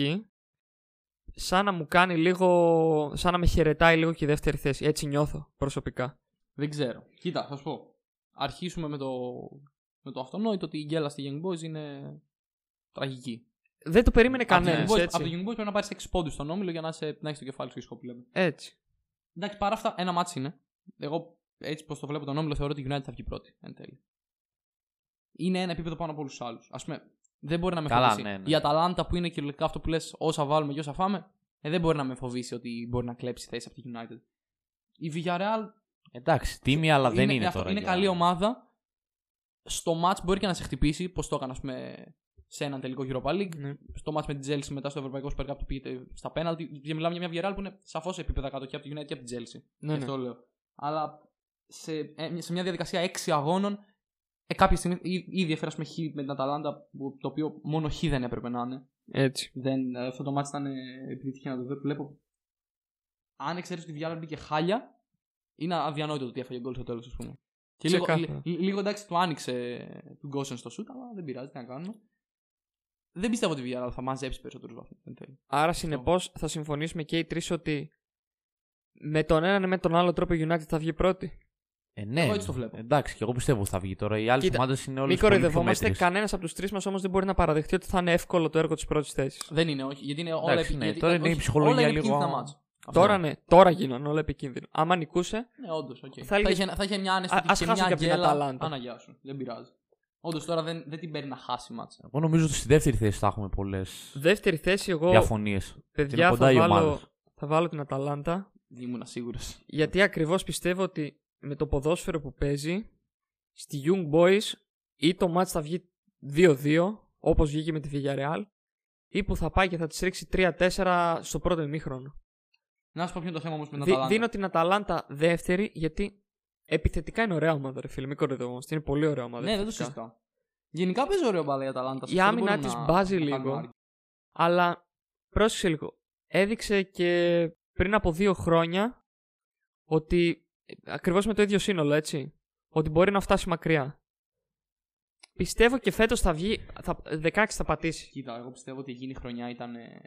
S3: σαν να μου κάνει λίγο, σαν να με χαιρετάει λίγο και η δεύτερη θέση. Έτσι νιώθω προσωπικά.
S2: Δεν ξέρω. Κοίτα, θα σου πω. Αρχίσουμε με το, με το αυτονόητο ότι η γκέλα στη Young Boys είναι τραγική.
S3: Δεν το περίμενε κανένα.
S2: από, την Young Boys- από
S3: έτσι.
S2: το Young Boys πρέπει να πάρεις 6 πόντους στον όμιλο για να, σε, να έχεις το κεφάλι σου ήσυχο που λέμε.
S3: έτσι.
S2: Εντάξει, παρά αυτά, ένα μάτσο είναι. Εγώ έτσι πως το βλέπω τον όμιλο θεωρώ ότι η United θα βγει πρώτη εν τέλει. Είναι ένα επίπεδο πάνω από όλους τους άλλους. Ας πούμε, δεν μπορεί να με
S1: Καλά,
S2: φοβήσει.
S1: ναι, ναι.
S2: Η Αταλάντα που είναι κυριολεκτικά αυτό που λες: Όσα βάλουμε και όσα φάμε, ε, δεν μπορεί να με φοβήσει ότι μπορεί να κλέψει θέση από τη United. Η Villarreal
S1: Εντάξει, τίμη, αλλά δεν είναι
S2: αυτό,
S1: τώρα.
S2: Είναι
S1: για-
S2: καλή ομάδα. Στο match μπορεί και να σε χτυπήσει, πώς το έκανα, ας πούμε, σε έναν τελικό Europa League.
S3: Ναι.
S2: Στο match με την Chelsea μετά στο Ευρωπαϊκό Super Cup που πήγε στα πέναλτι. Και μιλάμε για μια Villarreal που είναι σαφώς επίπεδα κάτω και από τη United και από την Chelsea. Γι'
S3: Ναι, ναι.
S2: αυτό λέω. Αλλά σε, ε, σε μια διαδικασία έξι αγώνων, ε, κάποια στιγμή ή- ήδη έφερα ας πούμε, χ με την Αταλάντα, που- το οποίο μόνο χ δεν έπρεπε να είναι.
S3: έτσι.
S2: Δεν, αυτό το μάτι ήταν ε, επιτυχία να το δω, βλέπω. Αν εξαιρέσεις ότι η Villarreal μπήκε χάλια, Είναι αδιανόητο το ότι έφαγε γκολ στο τέλος, ας πούμε. Και λίγο,
S3: Ξεκάθαρα.
S2: λι- λίγο εντάξει, του άνοιξε του Γκόσεν στο σούτ, αλλά δεν πειράζει, τι να κάνουμε. Δεν πιστεύω ότι η Villarreal θα μαζέψει περισσότερους βαθμούς εν τέλει.
S3: Άρα, συνεπώς, θα συμφωνήσουμε και οι τρεις ότι με τον έναν ή με τον άλλο τρόπο η United θα βγει πρώτη.
S1: Ε, ναι,
S2: Εγώ έτσι το βλέπω.
S1: Εντάξει, και εγώ πιστεύω ότι θα βγει τώρα. Οι άλλες
S3: Κοίτα,
S1: ομάδες είναι όλες πολύ
S3: Μην
S1: πιο
S3: κοροϊδευόμαστε.
S1: μέτρες.
S3: Κανένας από τους τρεις μας όμως δεν μπορεί να παραδεχτεί ότι θα είναι εύκολο το έργο της πρώτης θέσης.
S2: Δεν είναι, όχι. Γιατί είναι όλα
S1: Εντάξει,
S2: επικίνδυνα.
S1: ναι, τώρα είναι η ψυχολογία
S2: όλα είναι
S1: λίγο-
S2: επικίνδυνα μάτς. Αυτό.
S3: Τώρα ναι, τώρα γίνανε όλα επικίνδυνα. Άμα νικούσε,
S2: Ναι, όντως. Okay.
S3: Θα
S2: Θα,
S3: έλεγες-
S2: είχε, θα είχε μια άνεση
S3: Α-
S2: και
S3: ας
S2: μια
S3: χάσουν και από την
S2: αγγέλα.
S3: Αταλάντα.
S2: Αναγιά σου. Δεν πειράζει. Όντως τώρα δεν, δεν την παίρνει να χάσει μάτσα.
S1: Εγώ νομίζω ότι στη δεύτερη θέση θα έχουμε πολλές
S3: δεύτερη θέση εγώ.
S1: διαφωνίες. Είναι
S3: Παιδιά,
S1: κοντά
S3: θα
S1: οι
S3: βάλω,
S1: ομάδες.
S3: θα βάλω την Αταλάντα.
S2: Δεν ήμουν σίγουρος.
S3: Γιατί ακριβώς πιστεύω ότι με το ποδόσφαιρο που παίζει στη Young Boys ή το match θα βγει 2-2, όπως βγήκε με τη Villarreal, ή που θα πάει και θα της ρίξει 3-4 στο πρώτο ημίχρονο.
S2: Να σου πω ποιο είναι το θέμα όμως με την
S3: Δι-
S2: Αταλάντα.
S3: δίνω την Αταλάντα δεύτερη γιατί επιθετικά είναι ωραία ομάδα, ρε φίλε. Μην κοροϊδευόμαστε. Είναι πολύ ωραία ομάδα.
S2: Ναι, δεν το
S3: επιθετικά.
S2: συζητάω. Γενικά παίζει ωραίο μπαλά η Αταλάντα.
S3: Η άμυνα τη μπάζει λίγο. Αλλά πρόσεξε λίγο. Έδειξε και πριν από δύο χρόνια ότι ε, ακριβώς με το ίδιο σύνολο, έτσι. Ότι μπορεί να φτάσει μακριά. Πιστεύω και φέτος θα βγει. Θα, 16 θα πατήσει.
S2: Κοίτα, εγώ πιστεύω ότι εκείνη η χρονιά ήταν ε,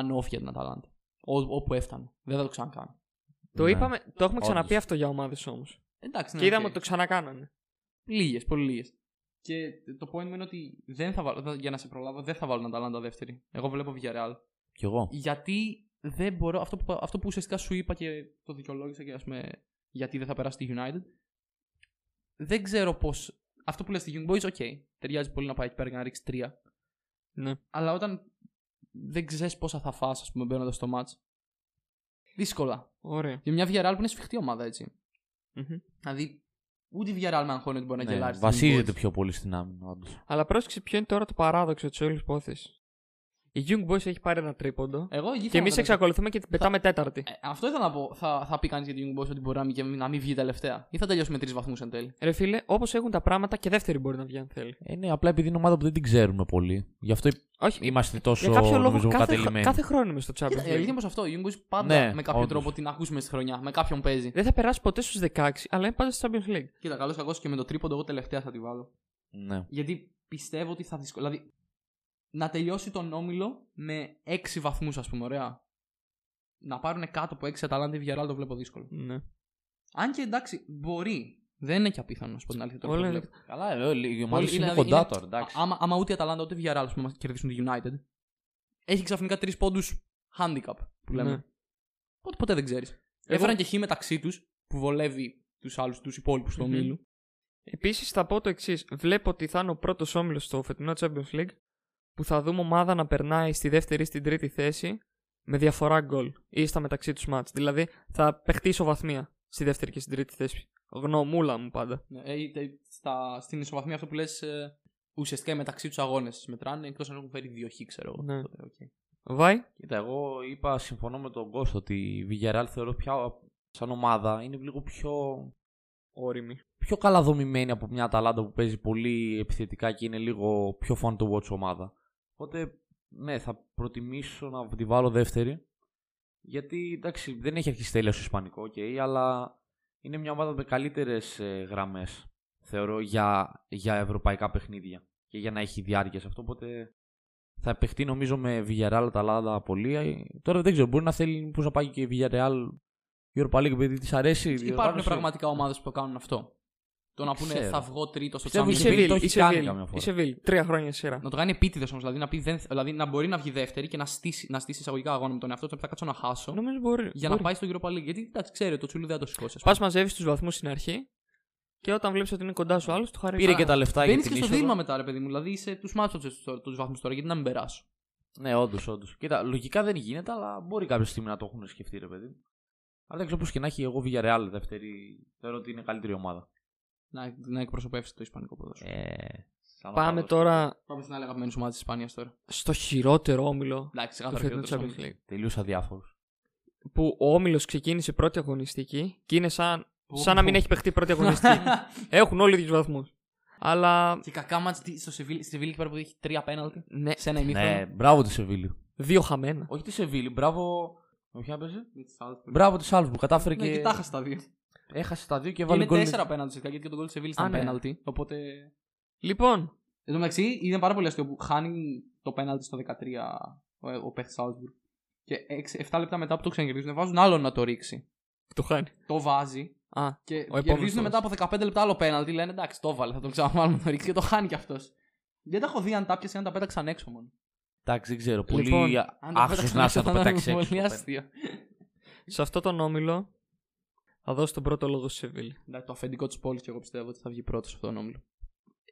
S2: one off για την Αταλάντα. Ό, όπου έφτανε. Δεν θα το ξανακάνω.
S3: Το,
S1: Ναι.
S3: είπαμε, το έχουμε ξαναπεί
S1: Όντως.
S3: αυτό για ομάδες όμως.
S2: Εντάξει, ναι,
S3: και είδαμε
S2: οκ.
S3: ότι το ξανακάνανε.
S2: Λίγες, πολύ λίγες. Και το point μου είναι ότι δεν θα βάλω, για να σε προλάβω, δεν θα βάλω την Αταλάντα δεύτερη. Εγώ βλέπω Villarreal.
S1: Κι εγώ.
S2: γιατί δεν μπορώ. Αυτό που, αυτό που ουσιαστικά σου είπα και το δικαιολόγησα και ας πούμε γιατί δεν θα περάσει τη United. Δεν ξέρω πώς. Αυτό που λες στη Young Boys, οκ, ταιριάζει πολύ να πάει εκεί πέρα και να ρίξει τρία.
S3: Ναι.
S2: Αλλά όταν δεν ξέρεις πόσα θα φας, ας πούμε, μπαίνοντας στο match. Δύσκολα.
S3: Ωραία.
S2: Για μια Villarreal που είναι σφιχτή ομάδα, έτσι.
S3: Μμμ.
S2: Δηλαδή, ούτε η Villarreal με αγχώνει ότι μπορεί να
S1: Ναι,
S2: γελάσει. στη Young
S1: βασίζεται
S2: Boys.
S1: πιο πολύ στην άμυνα, όντως.
S3: Αλλά πρόσεξε ποιο είναι τώρα το παράδοξο της όλης υπόθεσης. Η Young Boys έχει πάρει ένα τρίποντο.
S2: Εγώ εκεί
S3: και
S2: θα
S3: εμεί
S2: μετατρέψω.
S3: εξακολουθούμε και την πετάμε τέταρτη.
S2: Ε, αυτό ήθελα να πω. Θα, θα πει κανείς για την Young Boys ότι μπορεί να μην, και να μην βγει τελευταία. Ή θα τελειώσει με τρεις βαθμούς εν τέλει.
S3: Ρε φίλε, όπως έχουν τα πράγματα και δεύτερη μπορεί να βγει αν θέλει.
S1: Ε, ναι, απλά επειδή είναι ομάδα που δεν την ξέρουμε πολύ. Γι' αυτό
S3: Όχι.
S1: είμαστε τόσο
S3: για κάποιο λόγο
S1: νομίζω,
S3: κάθε, χρο-
S1: κατελημένοι.
S3: κάθε χρόνο είμαι στο Champions
S2: Κοίτα, η αλήθεια
S3: League.
S2: είναι πω αυτό. Η Young Boys πάντα
S1: Ναι,
S2: με κάποιο
S1: όντως.
S2: τρόπο την ακούσουμε στη χρονιά. Με κάποιον παίζει.
S3: Δεν θα περάσει ποτέ στους 16, αλλά είναι πάντα στο Champions League.
S2: Κοίτα, καλώς κακός και με το τρίποντο, εγώ τελευταία θα τη βάλω.
S1: Ναι.
S2: Γιατί πιστεύω ότι θα δυσκολεύει. Δηλαδή, να τελειώσει τον όμιλο με 6 βαθμούς, ας πούμε, ωραία. Να πάρουν κάτω από 6 Αταλάντα ή Villarreal το βλέπω δύσκολο.
S3: Ναι.
S2: Αν και εντάξει, μπορεί. Δεν είναι και απίθανο, να σου πω την αλήθεια. τώρα
S3: Όλα
S2: που
S3: είναι-
S2: βλέπω.
S1: Καλά, λέω, οι
S2: Όλοι-
S1: ομάδε είναι,
S2: δηλαδή,
S1: κοντά
S2: είναι-
S1: τώρα, εντάξει.
S2: α- Άμα, άμα ούτε η Αταλάντα ούτε η Villarreal ας πούμε, μας κερδίσουν τη United, έχει ξαφνικά 3 πόντους handicap που λέμε.
S3: Ναι.
S2: Οπότε ποτέ δεν ξέρεις.
S3: Εγώ-
S2: Έφεραν και χ μεταξύ τους που βολεύει τους άλλους, τους υπόλοιπους του
S3: Μμμ.
S2: ομίλου.
S3: Επίσης θα πω το εξής. Βλέπω ότι θα είναι ο πρώτος όμιλος στο φετινό Champions League που θα δούμε ομάδα να περνάει στη δεύτερη ή στην τρίτη θέση με διαφορά γκολ ή στα μεταξύ τους μάτς. Δηλαδή θα παιχτεί ισοβαθμία στη δεύτερη και στην τρίτη θέση. Γνωμούλα μου πάντα.
S2: Ναι, ε, είτε στα- στην ισοβαθμία αυτό που λες, ουσιαστικά οι μεταξύ τους αγώνες μετράνε εκτός αν έχουν φέρει δύο χ, ξέρω εγώ.
S3: Ναι.
S1: Ε,
S2: Τότε, οκ.
S3: Βάη.
S1: Κοίτα, εγώ είπα, συμφωνώ με τον Κώστο ότι η Villarreal θεωρώ πια σαν ομάδα είναι λίγο πιο,
S3: Όριμη.
S1: πιο καλά δομημένη από μια Αταλάντα που παίζει πολύ επιθετικά και είναι λίγο πιο fun to watch ομάδα. Οπότε, ναι, θα προτιμήσω να τη βάλω δεύτερη. Γιατί εντάξει, δεν έχει αρχίσει τέλεια στο Ισπανικό, okay, αλλά είναι μια ομάδα με καλύτερες γραμμές, θεωρώ, για, για ευρωπαϊκά παιχνίδια και για να έχει διάρκεια σε αυτό. Οπότε θα επεχτεί νομίζω με Villarreal Αταλάντα πολύ. Ε, Τώρα δεν ξέρω, μπορεί να θέλει μήπως να πάει και η Villarreal Europa League, επειδή της αρέσει. η
S2: Υπάρχουν
S1: διοργάνωση.
S2: πραγματικά ομάδες που το κάνουν αυτό. Το να πούνε
S1: Ξέρω.
S2: θα βγω τρίτος στο
S1: Πιστεύω
S2: Champions
S1: η
S2: League.
S1: Σεβίλη το έχει κάνει
S3: Σεβίλη,
S1: καμιά φορά.
S3: η Σεβίλη. Τρία χρόνια σειρά.
S2: Να το κάνει επίτηδες όμως. Δηλαδή, να πει δεν- δηλαδή, να μπορεί να βγει δεύτερη και να στήσει, να στήσει εισαγωγικά αγώνα με τον εαυτό του. ότι Θα κάτσω να χάσω.
S3: Νομίζω μπορεί.
S2: για
S3: μπορεί.
S2: να πάει στο Europa League. Γιατί εντάξει, ξέρει το τσούλι δεν θα το σηκώσει. ας πούμε.
S3: Πας μαζεύεις τους βαθμούς στην αρχή και όταν βλέπεις ότι είναι κοντά σου άλλος, του χαρίζει.
S1: Πήρε και τα λεφτά για
S2: Μπαίνεις
S1: την
S2: και στο
S1: είσοδο.
S2: δίλημα μετά, ρε παιδί μου. Δηλαδή είσαι τους μάτσου του βαθμούς τώρα, γιατί να μην περάσω.
S1: Ναι, όντως, όντως. Κοίτα, λογικά δεν γίνεται, αλλά μπορεί κάποια στιγμή να το έχουν σκεφτεί, ρε παιδί. μου. Αλλά δεν ξέρω πώς και να έχει. Εγώ Villarreal δεύτερη. Θεωρώ ότι είναι καλύτερη ομάδα.
S2: Να, να εκπροσωπεύσει το Ισπανικό ποδόσφαιρο.
S1: Ε, σαν
S3: Πάμε
S1: οπαδός.
S3: τώρα
S2: Πάμε στην άλλη αγαπημένη σου ομάδα της Ισπανίας τώρα.
S3: στο χειρότερο όμιλο
S2: Εντάξει,
S3: του
S2: ξεκάθαρα.
S3: φετινού
S2: χειρότερος
S3: Champions
S2: όμιλος.
S3: League.
S1: Τελείως αδιάφορος.
S3: Που ο όμιλος ξεκίνησε πρώτη αγωνιστική και είναι σαν,
S2: Πω,
S3: σαν να μην
S2: πω.
S3: έχει παιχτεί πρώτη αγωνιστική. Έχουν όλοι του βαθμούς. Αλλά
S2: Και κακά μάτς τι- στο Σεβίλη, στη Σεβίλη εκεί πέρα που έχει τρία πέναλτι.
S3: ναι,
S2: Σε ένα ημίχρονο.
S1: Ναι, μπράβο τη Σεβίλη.
S3: δύο χαμένα.
S1: Όχι τη Σεβίλη, μπράβο Με ποια έπαιζε.
S2: Με τη Salzburg.
S1: Μπράβο τη Σάλσμπουργκ. Κατάφερε
S2: Ναι,
S1: και.
S2: και τα έχασε τα δύο.
S1: Έχασε τα δύο και
S2: Και
S1: έβαλε
S2: είναι
S1: γκολ. με-
S2: 4 απέναντι σχετικά γιατί και τον γκολ τη Σεβίλη
S1: Α,
S2: ήταν
S1: ναι.
S2: πέναλτι. Οπότε.
S3: Λοιπόν,
S2: Εν τω μεταξύ είναι πάρα πολύ αστείο που χάνει το πέναλτι στο 13 ο, ο παίχτης Salzburg. Και 6, 7 λεπτά μετά που το ξανακερδίζουν βάζουν άλλον να το ρίξει.
S3: το χάνει.
S2: Το βάζει
S3: Α,
S2: και
S3: επόμενος
S2: κερδίζουν
S3: τώρα.
S2: μετά από 15 λεπτά άλλο πέναλτι. Λένε εντάξει, το βάλε, θα τον ξαναβάλουμε να το ρίξει και το χάνει κι αυτός. Δεν τα έχω δει αν τα πιασε, αν τα πέταξαν έξω μόνο.
S1: Εντάξει, δεν ξέρω.
S3: Λοιπόν,
S1: Πολύ
S2: Αν
S1: άξιο
S2: τα πέταξαν
S1: να είσαι να το
S2: θα ήταν
S1: πετάξει έξω.
S2: Πολύ
S1: το
S2: αστείο.
S3: σε αυτό τον όμιλο θα δώσω τον πρώτο λόγο στη Σεβίλη.
S2: Εντάξει, Ναι, το αφεντικό της πόλης και εγώ πιστεύω ότι θα βγει πρώτος σε αυτόν τον όμιλο.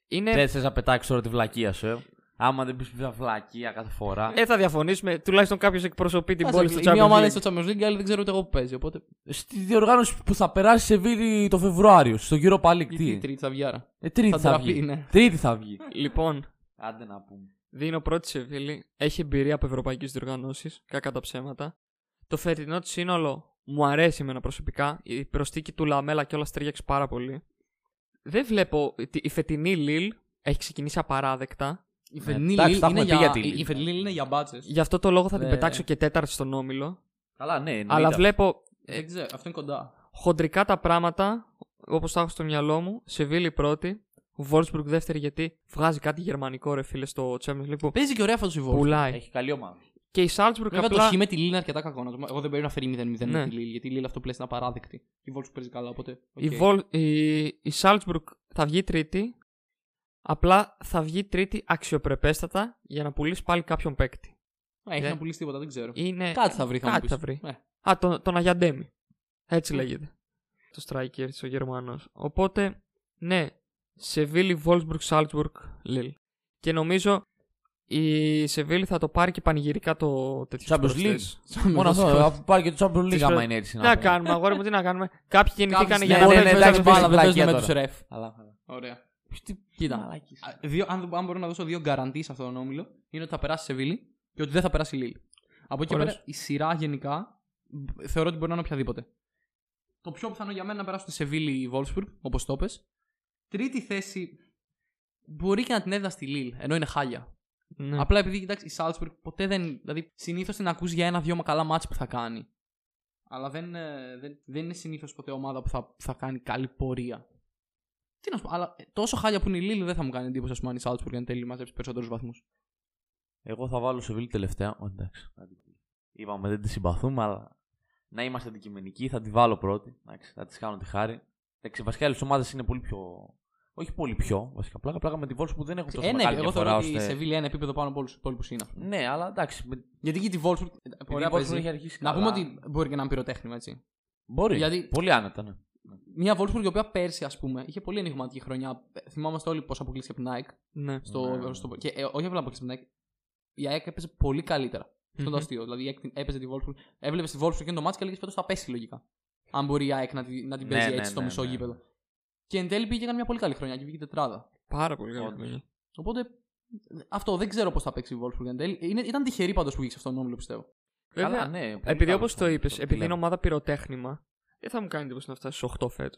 S3: Είναι...
S1: Δεν θες να πετάξεις τώρα τη βλακεία σου, ε. Άμα δεν πεις μια βλακεία κάθε φορά.
S3: Ε, θα διαφωνήσουμε. Τουλάχιστον κάποιος εκπροσωπεί την
S2: Άσε,
S3: πόλη στο
S2: η Μία
S3: Champions
S2: ομάδα
S3: League.
S2: είναι στο Champions League και η άλλη δεν ξέρω ούτε εγώ που παίζει. Οπότε.
S1: Στη διοργάνωση που θα περάσει σε Σεβίλη το Φεβρουάριο, στο γύρο πάλι
S2: η- Η
S1: τι.
S2: τρίτη θα βγει άρα.
S1: Ε, τρίτη
S2: Θα
S1: θα,
S2: ντραπεί,
S1: βγει.
S2: ναι.
S1: Τρίτη θα βγει.
S3: Λοιπόν,
S1: Άντε να πούμε.
S3: δίνω πρώτη στη Σεβίλη. Έχει εμπειρία από ευρωπαϊκές διοργανώσεις. Κακά τα ψέματα. Το φετινό της σύνολο μου αρέσει εμένα προσωπικά. Η προστίκη του Λαμέλα κιόλα ταιριάξει πάρα πολύ. Δεν βλέπω. τη- Η φετινή Λίλ έχει ξεκινήσει απαράδεκτα.
S2: Η
S1: Ναι, εντάξει,
S2: φετινή
S1: τα
S2: Λίλ
S1: έχουμε
S2: είναι
S1: πει για
S2: για,
S1: τη Λίλ.
S2: η- η φετινή Λίλ είναι για μπάτσες.
S3: Γι' αυτό το λόγο θα την
S2: Ναι.
S3: πετάξω και τέταρτη στον όμιλο.
S1: Καλά, ναι, εννοείται.
S3: Αλλά βλέπω
S2: Δεν Ε, ξέρω, αυτό είναι κοντά.
S3: χοντρικά τα πράγματα, όπως τα έχω στο μυαλό μου. Σεβίλη πρώτη, Βόρσμπουργκ δεύτερη, γιατί βγάζει κάτι γερμανικό ρε φίλε στο Champions League που
S2: Παίζει και ωραία φέτο η Βόρεια.
S3: πουλάει.
S1: Έχει καλή ομάδα.
S3: Και η Σάλτσμπουργκ
S2: Βέβαια το
S3: απλά.
S2: χ με τη Λίλ είναι αρκετά κακό. να το πούμε. Εγώ δεν πρέπει να φέρει 0-0
S3: Ναι.
S2: με τη Λίλ, γιατί η Λίλ αυτό που λε είναι απαράδεκτη. Η Βόρεια παίζει καλά, οπότε. οκ.
S3: Η, Vol... η... η Salzburg θα βγει τρίτη. Απλά θα βγει τρίτη αξιοπρεπέστατα για να πουλήσει πάλι κάποιον παίκτη.
S2: Ε, Έχει
S3: Ναι.
S2: να πουλήσει τίποτα, δεν ξέρω.
S1: Ε,
S3: Είναι...
S2: Κάτι θα βρει, θα μου
S3: κάτι
S2: πεις.
S3: θα βρει.
S2: Ε,
S3: Α, τον, τον Αγιαντέμι. Έτσι λέγεται. Το striker της ο Γερμανός. Οπότε, ναι, Σεβίλη, Βόλσμπουργκ, Σάλτσμπουργκ, Λίλ. Και νομίζω η Σεβίλη θα το πάρει και πανηγυρικά το τέτοιο
S1: Champions
S3: στους προσθέσεις.
S1: Μόνο αυτό. αφού Πάρει και το Champions League
S3: Τις
S1: άμα
S3: προ-
S1: είναι έτσι.
S3: Τι να
S1: πούμε.
S3: κάνουμε, αγόρι μου, τι να κάνουμε. Κάποιοι γεννηθήκαν
S2: Κάποιοι
S3: για
S2: στην
S3: να
S1: ναι,
S2: Ελλάδα
S3: παίζουν
S1: ναι,
S2: δεν
S1: εντάξει,
S3: Champions
S1: μπάλα,
S2: παίζουν μπάλα, δεν
S3: League.
S1: βλακεία
S2: παίζουν
S1: τώρα.
S2: με τους ρεφ.
S1: Αλλά-
S2: Ωραία.
S1: Τι- Κοίτα.
S2: Α, Δύο, αν, αν μπορώ να δώσω δύο γκαραντί σε αυτόν τον όμιλο, είναι ότι θα περάσει η Σεβίλη και ότι δεν θα περάσει η Λίλ. Από εκεί και
S3: Ωραίος.
S2: πέρα, η σειρά γενικά μ, θεωρώ ότι μπορεί να είναι οποιαδήποτε. Το πιο πιθανό για μένα είναι να περάσουν η Σεβίλη ή η Wolfsburg, όπως το πες. Τρίτη θέση μπορεί και να την έδινα στη Λίλ, ενώ είναι χάλια.
S3: Ναι.
S2: Απλά επειδή κοιτάξει, η Salzburg ποτέ δεν. Δηλαδή, συνήθως την ακούς για ένα-δυο μα καλά μάτς που θα κάνει. Αλλά δεν, ε, δεν, δεν είναι συνήθως ποτέ ομάδα που θα, που θα κάνει καλή πορεία. Τι να σου πω, αλλά ε, τόσο χάλια που είναι η Λίλη δεν θα μου κάνει εντύπωση ας πούμε, αν η Salzburg εν τέλει μαζέψει περισσότερους βαθμούς.
S1: Εγώ θα βάλω σε βίλη τελευταία. Ω, εντάξει. Είπαμε δεν τη συμπαθούμε, αλλά να είμαστε αντικειμενικοί. Θα τη βάλω πρώτη. Εντάξει, θα της κάνω τη χάρη. Εντάξει, βασικά οι ομάδες είναι πολύ πιο. Όχι πολύ πιο. Βασικά πλάκα, πλάκα με τη Βόλση που δεν έχουν τόσο
S2: Ένα,
S1: μεγάλη
S2: Ε, ναι, εγώ
S1: διαφορά.
S2: θεωρώ ότι η
S1: ώστε-
S2: Σεβίλη ένα επίπεδο πάνω από όλους του υπόλοιπου είναι.
S1: Ναι, αλλά εντάξει. Με...
S2: Γιατί και τη Wolfsburg. ε,
S1: επειδή
S2: Ωραία,
S1: η Wolfsburg
S2: παίζει.
S1: έχει αρχίσει
S2: Ε, Να πούμε
S1: καλά.
S2: ότι μπορεί και να είναι πυροτέχνημα έτσι.
S1: Μπορεί.
S2: γιατί-
S1: Πολύ άνετα, ναι.
S2: Μια Wolfsburg η οποία πέρσι, ας πούμε, είχε πολύ ενηγματική χρονιά. Ε, Θυμάμαστε όλοι πώ αποκλείστηκε από την ΑΕΚ.
S3: ναι.
S2: Στο,
S1: Ναι.
S2: στο, και, ε, όχι απλά αποκλείστηκε από την ΑΕΚ. Η ΑΕΚ έπαιζε πολύ καλύτερα. Αυτό είναι το
S3: Μμμ.
S2: αστείο. Δηλαδή η ΑΕΚ την- έπαιζε τη Wolfsburg. Έβλεπες τη Wolfsburg και το μάτι και έλεγες φέτο θα πέσει λογικά. Αν μπορεί η ΑΕΚ να, τη- να την
S1: Ναι,
S2: παίζει
S1: ναι,
S2: έτσι στο
S1: ναι,
S2: μισό
S1: ναι, ναι.
S2: γήπεδο. Και εν τέλει πήγε και έκανε μια πολύ καλή χρονιά και βγήκε τετράδα.
S3: Πάρα πολύ καλά.
S1: Όντως.
S3: παιδιά.
S2: Οπότε αυτό δεν ξέρω πώς θα παίξει η Wolfsburg εν τέλει. Είναι, ήταν τυχερή πάντως που βγήκε σε αυτόν τον όμιλο πιστεύω.
S3: Βέβαια,
S1: Καλά, ναι, πολύ
S3: Επειδή
S1: καλό
S3: όπως το
S1: αυτό.
S3: είπε,
S1: Τι
S3: επειδή είναι
S1: λέμε.
S3: ομάδα πυροτέχνημα, δεν θα μου κάνει τίποτα να φτάσει στους 8 φέτο.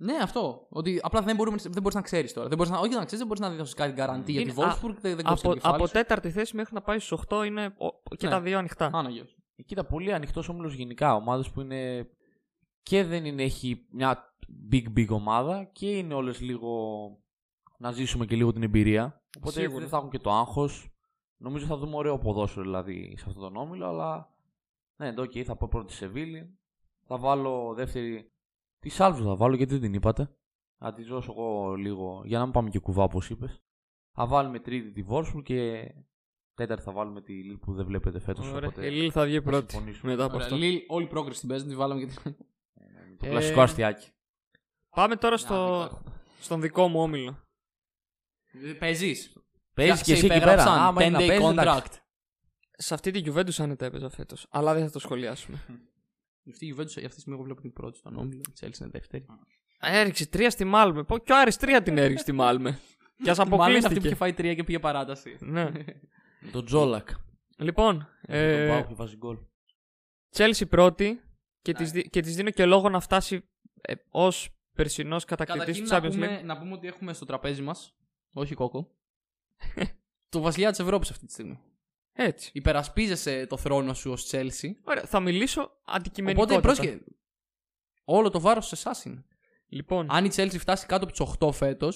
S2: Ναι, αυτό. Ότι απλά δεν, μπορούμε, δεν μπορείς να ξέρεις τώρα. Δεν μπορείς να, όχι να ξέρεις, δεν μπορείς να δώσεις κάτι γκαραντή για τη
S3: Είναι- α,
S2: Wolfsburg. Δεν, δεν κόψει
S3: Από,
S2: το κεφάλι.
S3: από
S2: σου.
S3: τέταρτη θέση μέχρι να πάει στους 8 είναι ο- και
S2: Ναι.
S3: τα δύο ανοιχτά.
S2: Άναγιος.
S1: Κοίτα, πολύ ανοιχτός όμιλος γενικά. Ομάδες που είναι και δεν είναι, έχει μια big big ομάδα και είναι όλες λίγο να ζήσουμε και λίγο την εμπειρία. Οπότε
S3: Σίγουρα.
S1: δεν θα έχουν και το άγχος. Νομίζω θα δούμε ωραίο ποδόσφαιρο δηλαδή σε αυτόν τον όμιλο, αλλά ναι, εντάξει, θα πω πρώτη Σεβίλη. Θα βάλω δεύτερη. Τη Σάλβου θα βάλω γιατί δεν την είπατε. Θα τη δώσω εγώ λίγο για να μην πάμε και κουβά όπως είπες. Θα βάλουμε τρίτη τη Βόρσπουλ και τέταρτη θα βάλουμε τη Λίλ που δεν βλέπετε φέτος.
S3: Ωραία. Η Λίλ θα βγει πρώτη
S1: συμφωνήσουμε.
S3: μετά από
S2: Ωραία,
S3: αυτό.
S2: Λίλ, όλη η πρόκριση την παίζουν, τη βάλαμε και την.
S1: Το
S3: Ε,
S1: κλασικό αστιάκι.
S3: Πάμε τώρα
S2: Να, Ε,
S3: στο...
S2: δικό
S3: στον δικό μου όμιλο.
S2: Παίζεις.
S1: Παίζεις και εσύ εκεί πέρα. Άμα είναι να παίζεις, εντάξει.
S2: contract.
S3: Σε αυτή τη Juventus άνετα έπαιζα φέτος, αλλά δεν θα το σχολιάσουμε.
S2: Αυτή η Juventus, αυτή τη στιγμή εγώ βλέπω την πρώτη στον όμιλο, η Chelsea είναι δεύτερη.
S3: έριξε τρία στη Μάλμε. Πω και ο Άρης τρία την έριξε στη Μάλμε. Κι ας
S2: Μάλλον είναι αυτή που είχε
S3: αποκλείστηκε.
S2: φάει τρία και πήγε παράταση.
S3: ναι.
S1: Τον Τζόλακ.
S3: Λοιπόν,
S1: Τον
S3: ε,
S1: Πάουκ που βάζει γκολ.
S3: Τσέλσι πρώτη
S2: Ναι.
S3: και, της, δι- και της δίνω και λόγο να φτάσει ε, ως περσινός κατακτητής
S2: Καταρχήν
S3: του
S2: να
S3: Champions League.
S2: πούμε, να πούμε ότι έχουμε στο τραπέζι μας, όχι κόκο, το βασιλιά της Ευρώπης αυτή τη στιγμή.
S3: Έτσι.
S2: Υπερασπίζεσαι το θρόνο σου ως Chelsea.
S3: Ωραία, θα μιλήσω αντικειμενικότατα.
S2: Οπότε πρόσχε. Όλο το βάρος σε εσάς είναι.
S3: Λοιπόν,
S2: Αν η Chelsea φτάσει κάτω από τις 8 φέτο,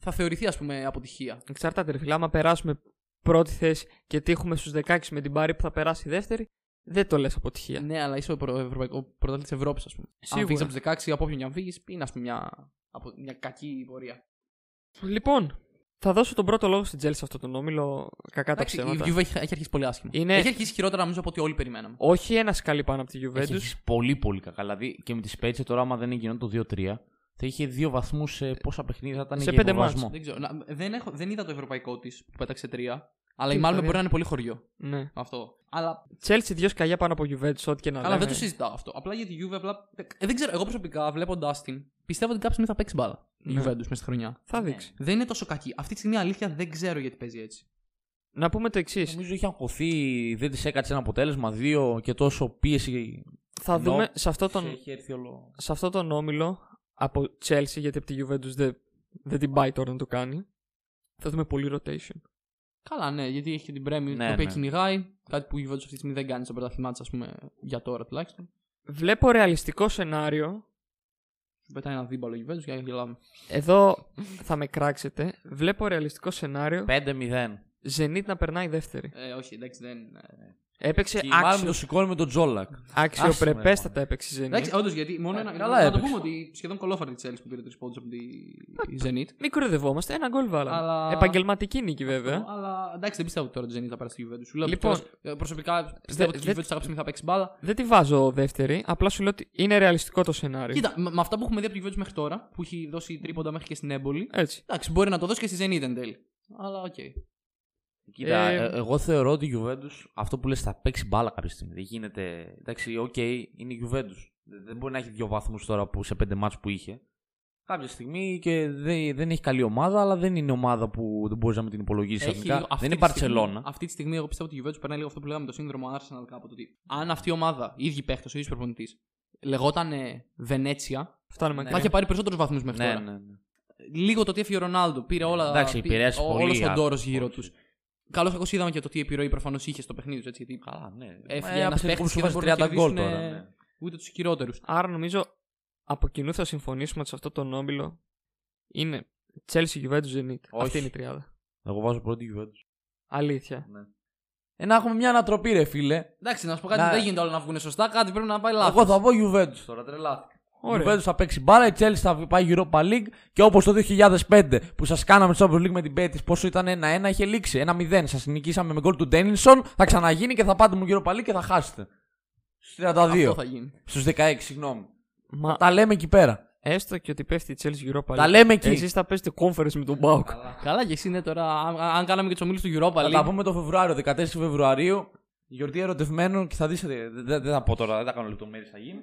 S2: θα θεωρηθεί ας πούμε αποτυχία.
S3: εξαρτάται ρε φίλε, άμα περάσουμε πρώτη θέση και τύχουμε στους 16 με την Πάρη που θα περάσει η δεύτερη, δεν το λες αποτυχία.
S2: Ναι, αλλά είσαι ο προ- ευρωπαϊκό πρωταθλητή της Ευρώπης, ας πούμε.
S3: Σίγουρα.
S2: Αν φύγεις από του 16, από όποιον και αν φύγεις, είναι ας πούμε μια, απο- μια κακή πορεία.
S3: Λοιπόν, θα δώσω τον πρώτο λόγο στην Τζέλση σε αυτόν τον όμιλο. Κακά τα
S2: Εντάξει, η
S3: ψέματα.
S2: Juve έχει, έχει αρχίσει πολύ άσχημα.
S3: Είναι-
S2: Έχει αρχίσει χειρότερα νομίζω από ό,τι όλοι περιμέναμε.
S3: Όχι ένα σκάλι πάνω από τη
S1: Έχει
S3: Juventus.
S1: αρχίσει πολύ πολύ κακά. Δηλαδή και με τη Σπέτσια τώρα, άμα δεν γινόταν το 2-3, θα είχε δύο βαθμούς σε πόσα παιχνίδια θα ήταν
S3: σε
S1: για
S3: πέντε
S1: υποβασμό.
S2: Δεν, ξέρω. Να- δεν, έχω, δεν είδα το ευρωπαϊκό της που πέταξε τρία. Αλλά
S3: Τι
S2: η Μάλμε
S3: Ιταλία.
S2: μπορεί να είναι πολύ χωριό.
S3: Ναι.
S2: Αυτό. Αλλά,
S3: Chelsea δύο σκαλιά πάνω από Juventus, ό,τι και να
S2: αλλά
S3: λέμε.
S2: δεν το συζητάω αυτό. Απλά για τη Juve. Απλά... Ε, δεν ξέρω. Εγώ προσωπικά βλέποντάς την, πιστεύω ότι κάποια στιγμή θα παίξει μπάλα. Η
S3: Ναι.
S2: Juventus μέσα στη χρονιά.
S1: Ναι.
S3: Θα δείξει.
S2: Δεν είναι τόσο κακή. Αυτή τη στιγμή αλήθεια δεν ξέρω γιατί παίζει έτσι.
S3: Να πούμε το εξής.
S1: Νομίζω είχε αγχωθεί, δεν της έκατσε ένα αποτέλεσμα, δύο και τόσο πίεση.
S3: Θα
S1: Ενώ
S3: δούμε σε αυτό τον,
S1: σε Έχει έρθει όλο.
S3: σε αυτό τον όμιλο από Chelsea, γιατί από τη Juventus δεν, δεν την πάει τώρα να το κάνει. Θα δούμε πολύ rotation.
S2: Καλά, ναι, γιατί έχει και την Πρέμι,
S1: Ναι,
S2: την οποία
S1: ναι.
S2: κυνηγάει. Κάτι που η Juventus αυτή τη στιγμή δεν κάνει στο πρωτάθλημά της, ας πούμε, για τώρα τουλάχιστον.
S3: Βλέπω ρεαλιστικό σενάριο.
S2: Σου πετάει ένα δίμπαλο η Juventus και γελάμε.
S3: Εδώ θα με κράξετε. Βλέπω ρεαλιστικό σενάριο.
S1: 5-0.
S3: Zenit να περνάει δεύτερη.
S2: Ε, όχι, εντάξει, δεν. ε,
S3: Έπαιξε
S1: Και η Μάλμε
S3: άξιο,
S1: το σηκώνει με τον Τζόλακ.
S3: αξιοπρεπέστατα έπαιξε η Zenit.
S2: Εντάξει, όντως γιατί μόνο
S1: Ε,
S2: ένα.
S1: καλά
S2: να το
S1: έπαιξε.
S2: πούμε ότι σχεδόν κολόφαρτη τη Chelsea που πήρε τρεις πόντους από τη η Zenit.
S3: Μην κοροϊδευόμαστε, ένα γκολ βάλαμε.
S2: Αλλά-
S3: Επαγγελματική νίκη βέβαια.
S2: Αλλά εντάξει, δεν πιστεύω ότι τώρα το Zenit θα πάρει στη Juventus. Σου λέω
S3: Λοιπόν,
S2: τώρα, ε, προσωπικά πιστεύω ότι η
S3: δε-
S2: Juventus κάποια στιγμή θα παίξει μπάλα.
S3: Δεν τη βάζω δεύτερη, απλά σου λέω ότι είναι ρεαλιστικό το σενάριο.
S2: Κοίτα, με με αυτά που έχουμε δει από τη Juventus μέχρι τώρα, που έχει δώσει τρίποντα μέχρι και στην έμπολη,
S3: Έτσι.
S2: εντάξει, μπορεί να το δώσει και στη Zenit εν τέλει. Αλλά οκ.
S1: Κοίτα,
S3: Ε,
S1: ε, εγώ θεωρώ ότι η Juventus αυτό που λες θα παίξει μπάλα κάποια στιγμή. Δεν γίνεται. Εντάξει, οκ, είναι η Juventus. Δεν δεν μπορεί να έχει δύο βαθμούς τώρα που σε πέντε μάτς που είχε. Κάποια στιγμή και δεν, δεν έχει καλή ομάδα, αλλά δεν είναι ομάδα που δεν μπορείς να με την υπολογίσεις
S2: Έχει
S1: αρνητικά.
S2: λίγο- αυτή
S1: Δεν είναι
S2: τη στιγμή-
S1: Παρσελώνα.
S2: Αυτή τη στιγμή, εγώ πιστεύω ότι η Juventus περνάει λίγο αυτό που λέγαμε το σύνδρομο Arsenal κάποτε. Ότι αν αυτή η ομάδα, οι ίδιοι παίχτες, ο ίδιος προπονητής, λεγόταν Βενέτσια,
S3: Φτάνουμε
S1: Ναι.
S2: θα
S3: ακραία.
S2: είχε πάρει περισσότερους βαθμούς μέχρι
S1: Ναι,
S2: τώρα.
S1: ναι, ναι.
S2: λίγο το τι έφυγε ο Ρονάλντο. Πήρε όλα.
S1: Εντάξει,
S2: πή-
S1: επηρέασε
S2: ο-
S1: πολύ,
S2: όλος ο
S1: α,
S2: ντόρο γύρω
S1: όχι.
S2: τους. Καλώς κακό είδαμε και το τι επιρροή προφανώς είχε στο παιχνίδι τους. Έτσι, γιατί
S1: Καλά, ναι.
S2: Έφυγε
S1: Ε,
S2: ένας
S1: από τη στιγμή που
S2: παίκτης
S1: σου
S2: και δεν
S1: βάζει 30
S2: μπορούν να
S1: γκολ
S2: κερδίσουνε-
S1: τώρα. ναι.
S2: ούτε τους χειρότερους.
S3: Άρα νομίζω από κοινού θα συμφωνήσουμε ότι σε αυτό τον όμιλο είναι Chelsea, Juventus, Zenit.
S1: Όχι.
S3: Αυτή είναι η τριάδα.
S1: Εγώ βάζω πρώτη Juventus.
S3: Αλήθεια.
S1: Ε, να έχουμε μια ανατροπή, ρε φίλε.
S2: Εντάξει, να σου πω κάτι,
S1: Να-
S2: δεν γίνεται όλα να βγουν σωστά, κάτι πρέπει να πάει λάθο.
S1: Εγώ θα πω Juventus τώρα, τρελάθηκα. Η
S3: Ωραία.
S1: Juventus θα παίξει μπάλα, η Chelsea θα πάει Europa League και όπως το 2005 που σας κάναμε στο Champions League με την Betis, πόσο ήταν 1-1, είχε λήξει. 1-0. Σας νικήσαμε με γκολ του Ντένιλσον, θα ξαναγίνει και θα πάτε μου Europa League και θα χάσετε. Στους 32.
S2: Αυτό θα γίνει.
S1: Στους 16, συγγνώμη.
S3: Μα
S1: Τα λέμε εκεί πέρα.
S3: έστω και ότι πέφτει η Chelsea Europa League.
S1: Τα λέμε εκεί.
S3: Εσείς θα παίζετε conference με τον Μπάουκ.
S2: Καλά και εσύ ναι τώρα, αν, αν κάναμε και τους ομίλους του Europa
S1: Θα τα
S2: League.
S1: πούμε το Φεβρουάριο, 14 Φεβρουαρίου. Γιορτή ερωτευμένων και θα δεις, ε, Δεν δεν- δεν θα πω τώρα, δεν θα κάνω λεπτομέρειες, θα γίνει.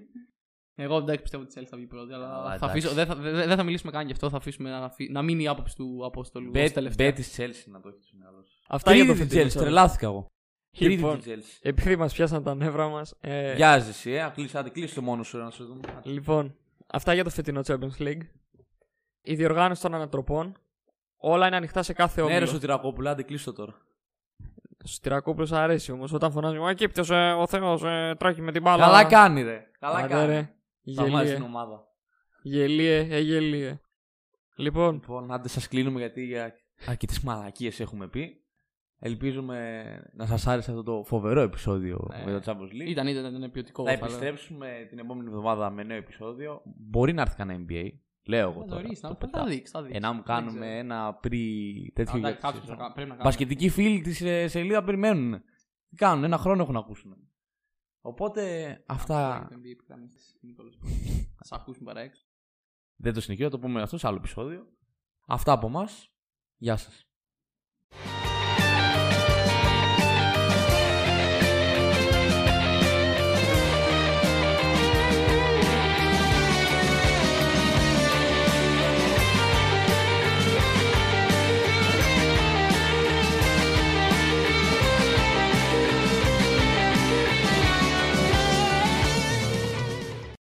S2: Εγώ εντάξει πιστεύω ότι η Chelsea θα βγει πρώτη, αλλά
S1: Α,
S2: θα
S1: εντάξει.
S2: αφήσω, δεν, θα, δεν- δεν θα μιλήσουμε καν γι' αυτό, θα αφήσουμε να, φυ- να μείνει η άποψη του Απόστολου. ως τελευταία.
S1: Μπέτη Chelsea να το έχεις στο μυαλό σου.
S3: Αυτά για το
S1: Τρίτη
S3: φετινό
S1: τη Chelsea,
S3: σώμα.
S1: τρελάθηκα εγώ. Τρίτη
S3: Λοιπόν,
S1: της Chelsea.
S3: επειδή μας πιάσαν τα νεύρα μας, ε,
S1: Βιάζεσαι, ε. Κλείσε, άντε, κλείσε το μόνο σου να σε δούμε.
S3: Λοιπόν, αυτά για το φετινό Champions League. Η διοργάνωση των ανατροπών. Όλα είναι ανοιχτά σε κάθε
S1: Ναι,
S3: όμιλο.
S1: ρε Σωτηρακόπουλα, άντε κλείστο τώρα.
S3: Σωτηρακόπουλος αρέσει όμως όταν φωνάζει «Ο Αιγύπτιος, ε, ο Θεός, ε, τρέχει με την μπάλα».
S1: Καλά κάνει, ρε. Καλά
S3: Άντε,
S1: κάνει.
S3: ρε.
S1: Θα μάθει την
S3: Γελίε,
S1: ομάδα.
S3: γελίε, ε, γελίε. Λοιπόν,
S1: Λοιπόν, άντε σας κλείνουμε γιατί για αρκετέ μαλακίες έχουμε πει. Ελπίζουμε να σας άρεσε αυτό το φοβερό επεισόδιο
S2: Ναι.
S1: με το Champions League.
S2: Ήταν, ήταν, ήταν ποιοτικό.
S1: Θα
S2: θα λέω.
S1: επιστρέψουμε την επόμενη εβδομάδα με νέο επεισόδιο. Μπορεί να έρθει κανένα NBA. Λέω εγώ
S2: Ε,
S1: τώρα.
S2: νωρίς,
S1: το
S2: να-
S1: πετάω.
S2: Θα δείξει, θα δείξει.
S1: Ε, να μου
S2: Δεν
S1: κάνουμε
S2: ξέρω.
S1: ένα πρι τέτοιο.
S2: Α,
S1: για
S2: εντάξει,
S1: τη
S2: κάποιος θα
S1: σεζόν.
S2: κα- πρέπει να κάνουμε.
S1: Μπασκετικοί φίλοι της σελίδα περιμένουν. Τι κάνουν, ένα χρόνο έχουν να ακούσουν. Οπότε αυτά.
S2: Αυτό είναι το NBA που κάνεις, Νίκολος. Θα σε ακούσουν παρά έξω.
S1: Δεν το συνεχίζω, θα το πούμε αυτό σε άλλο επεισόδιο. Αυτά από εμάς. Γεια σας.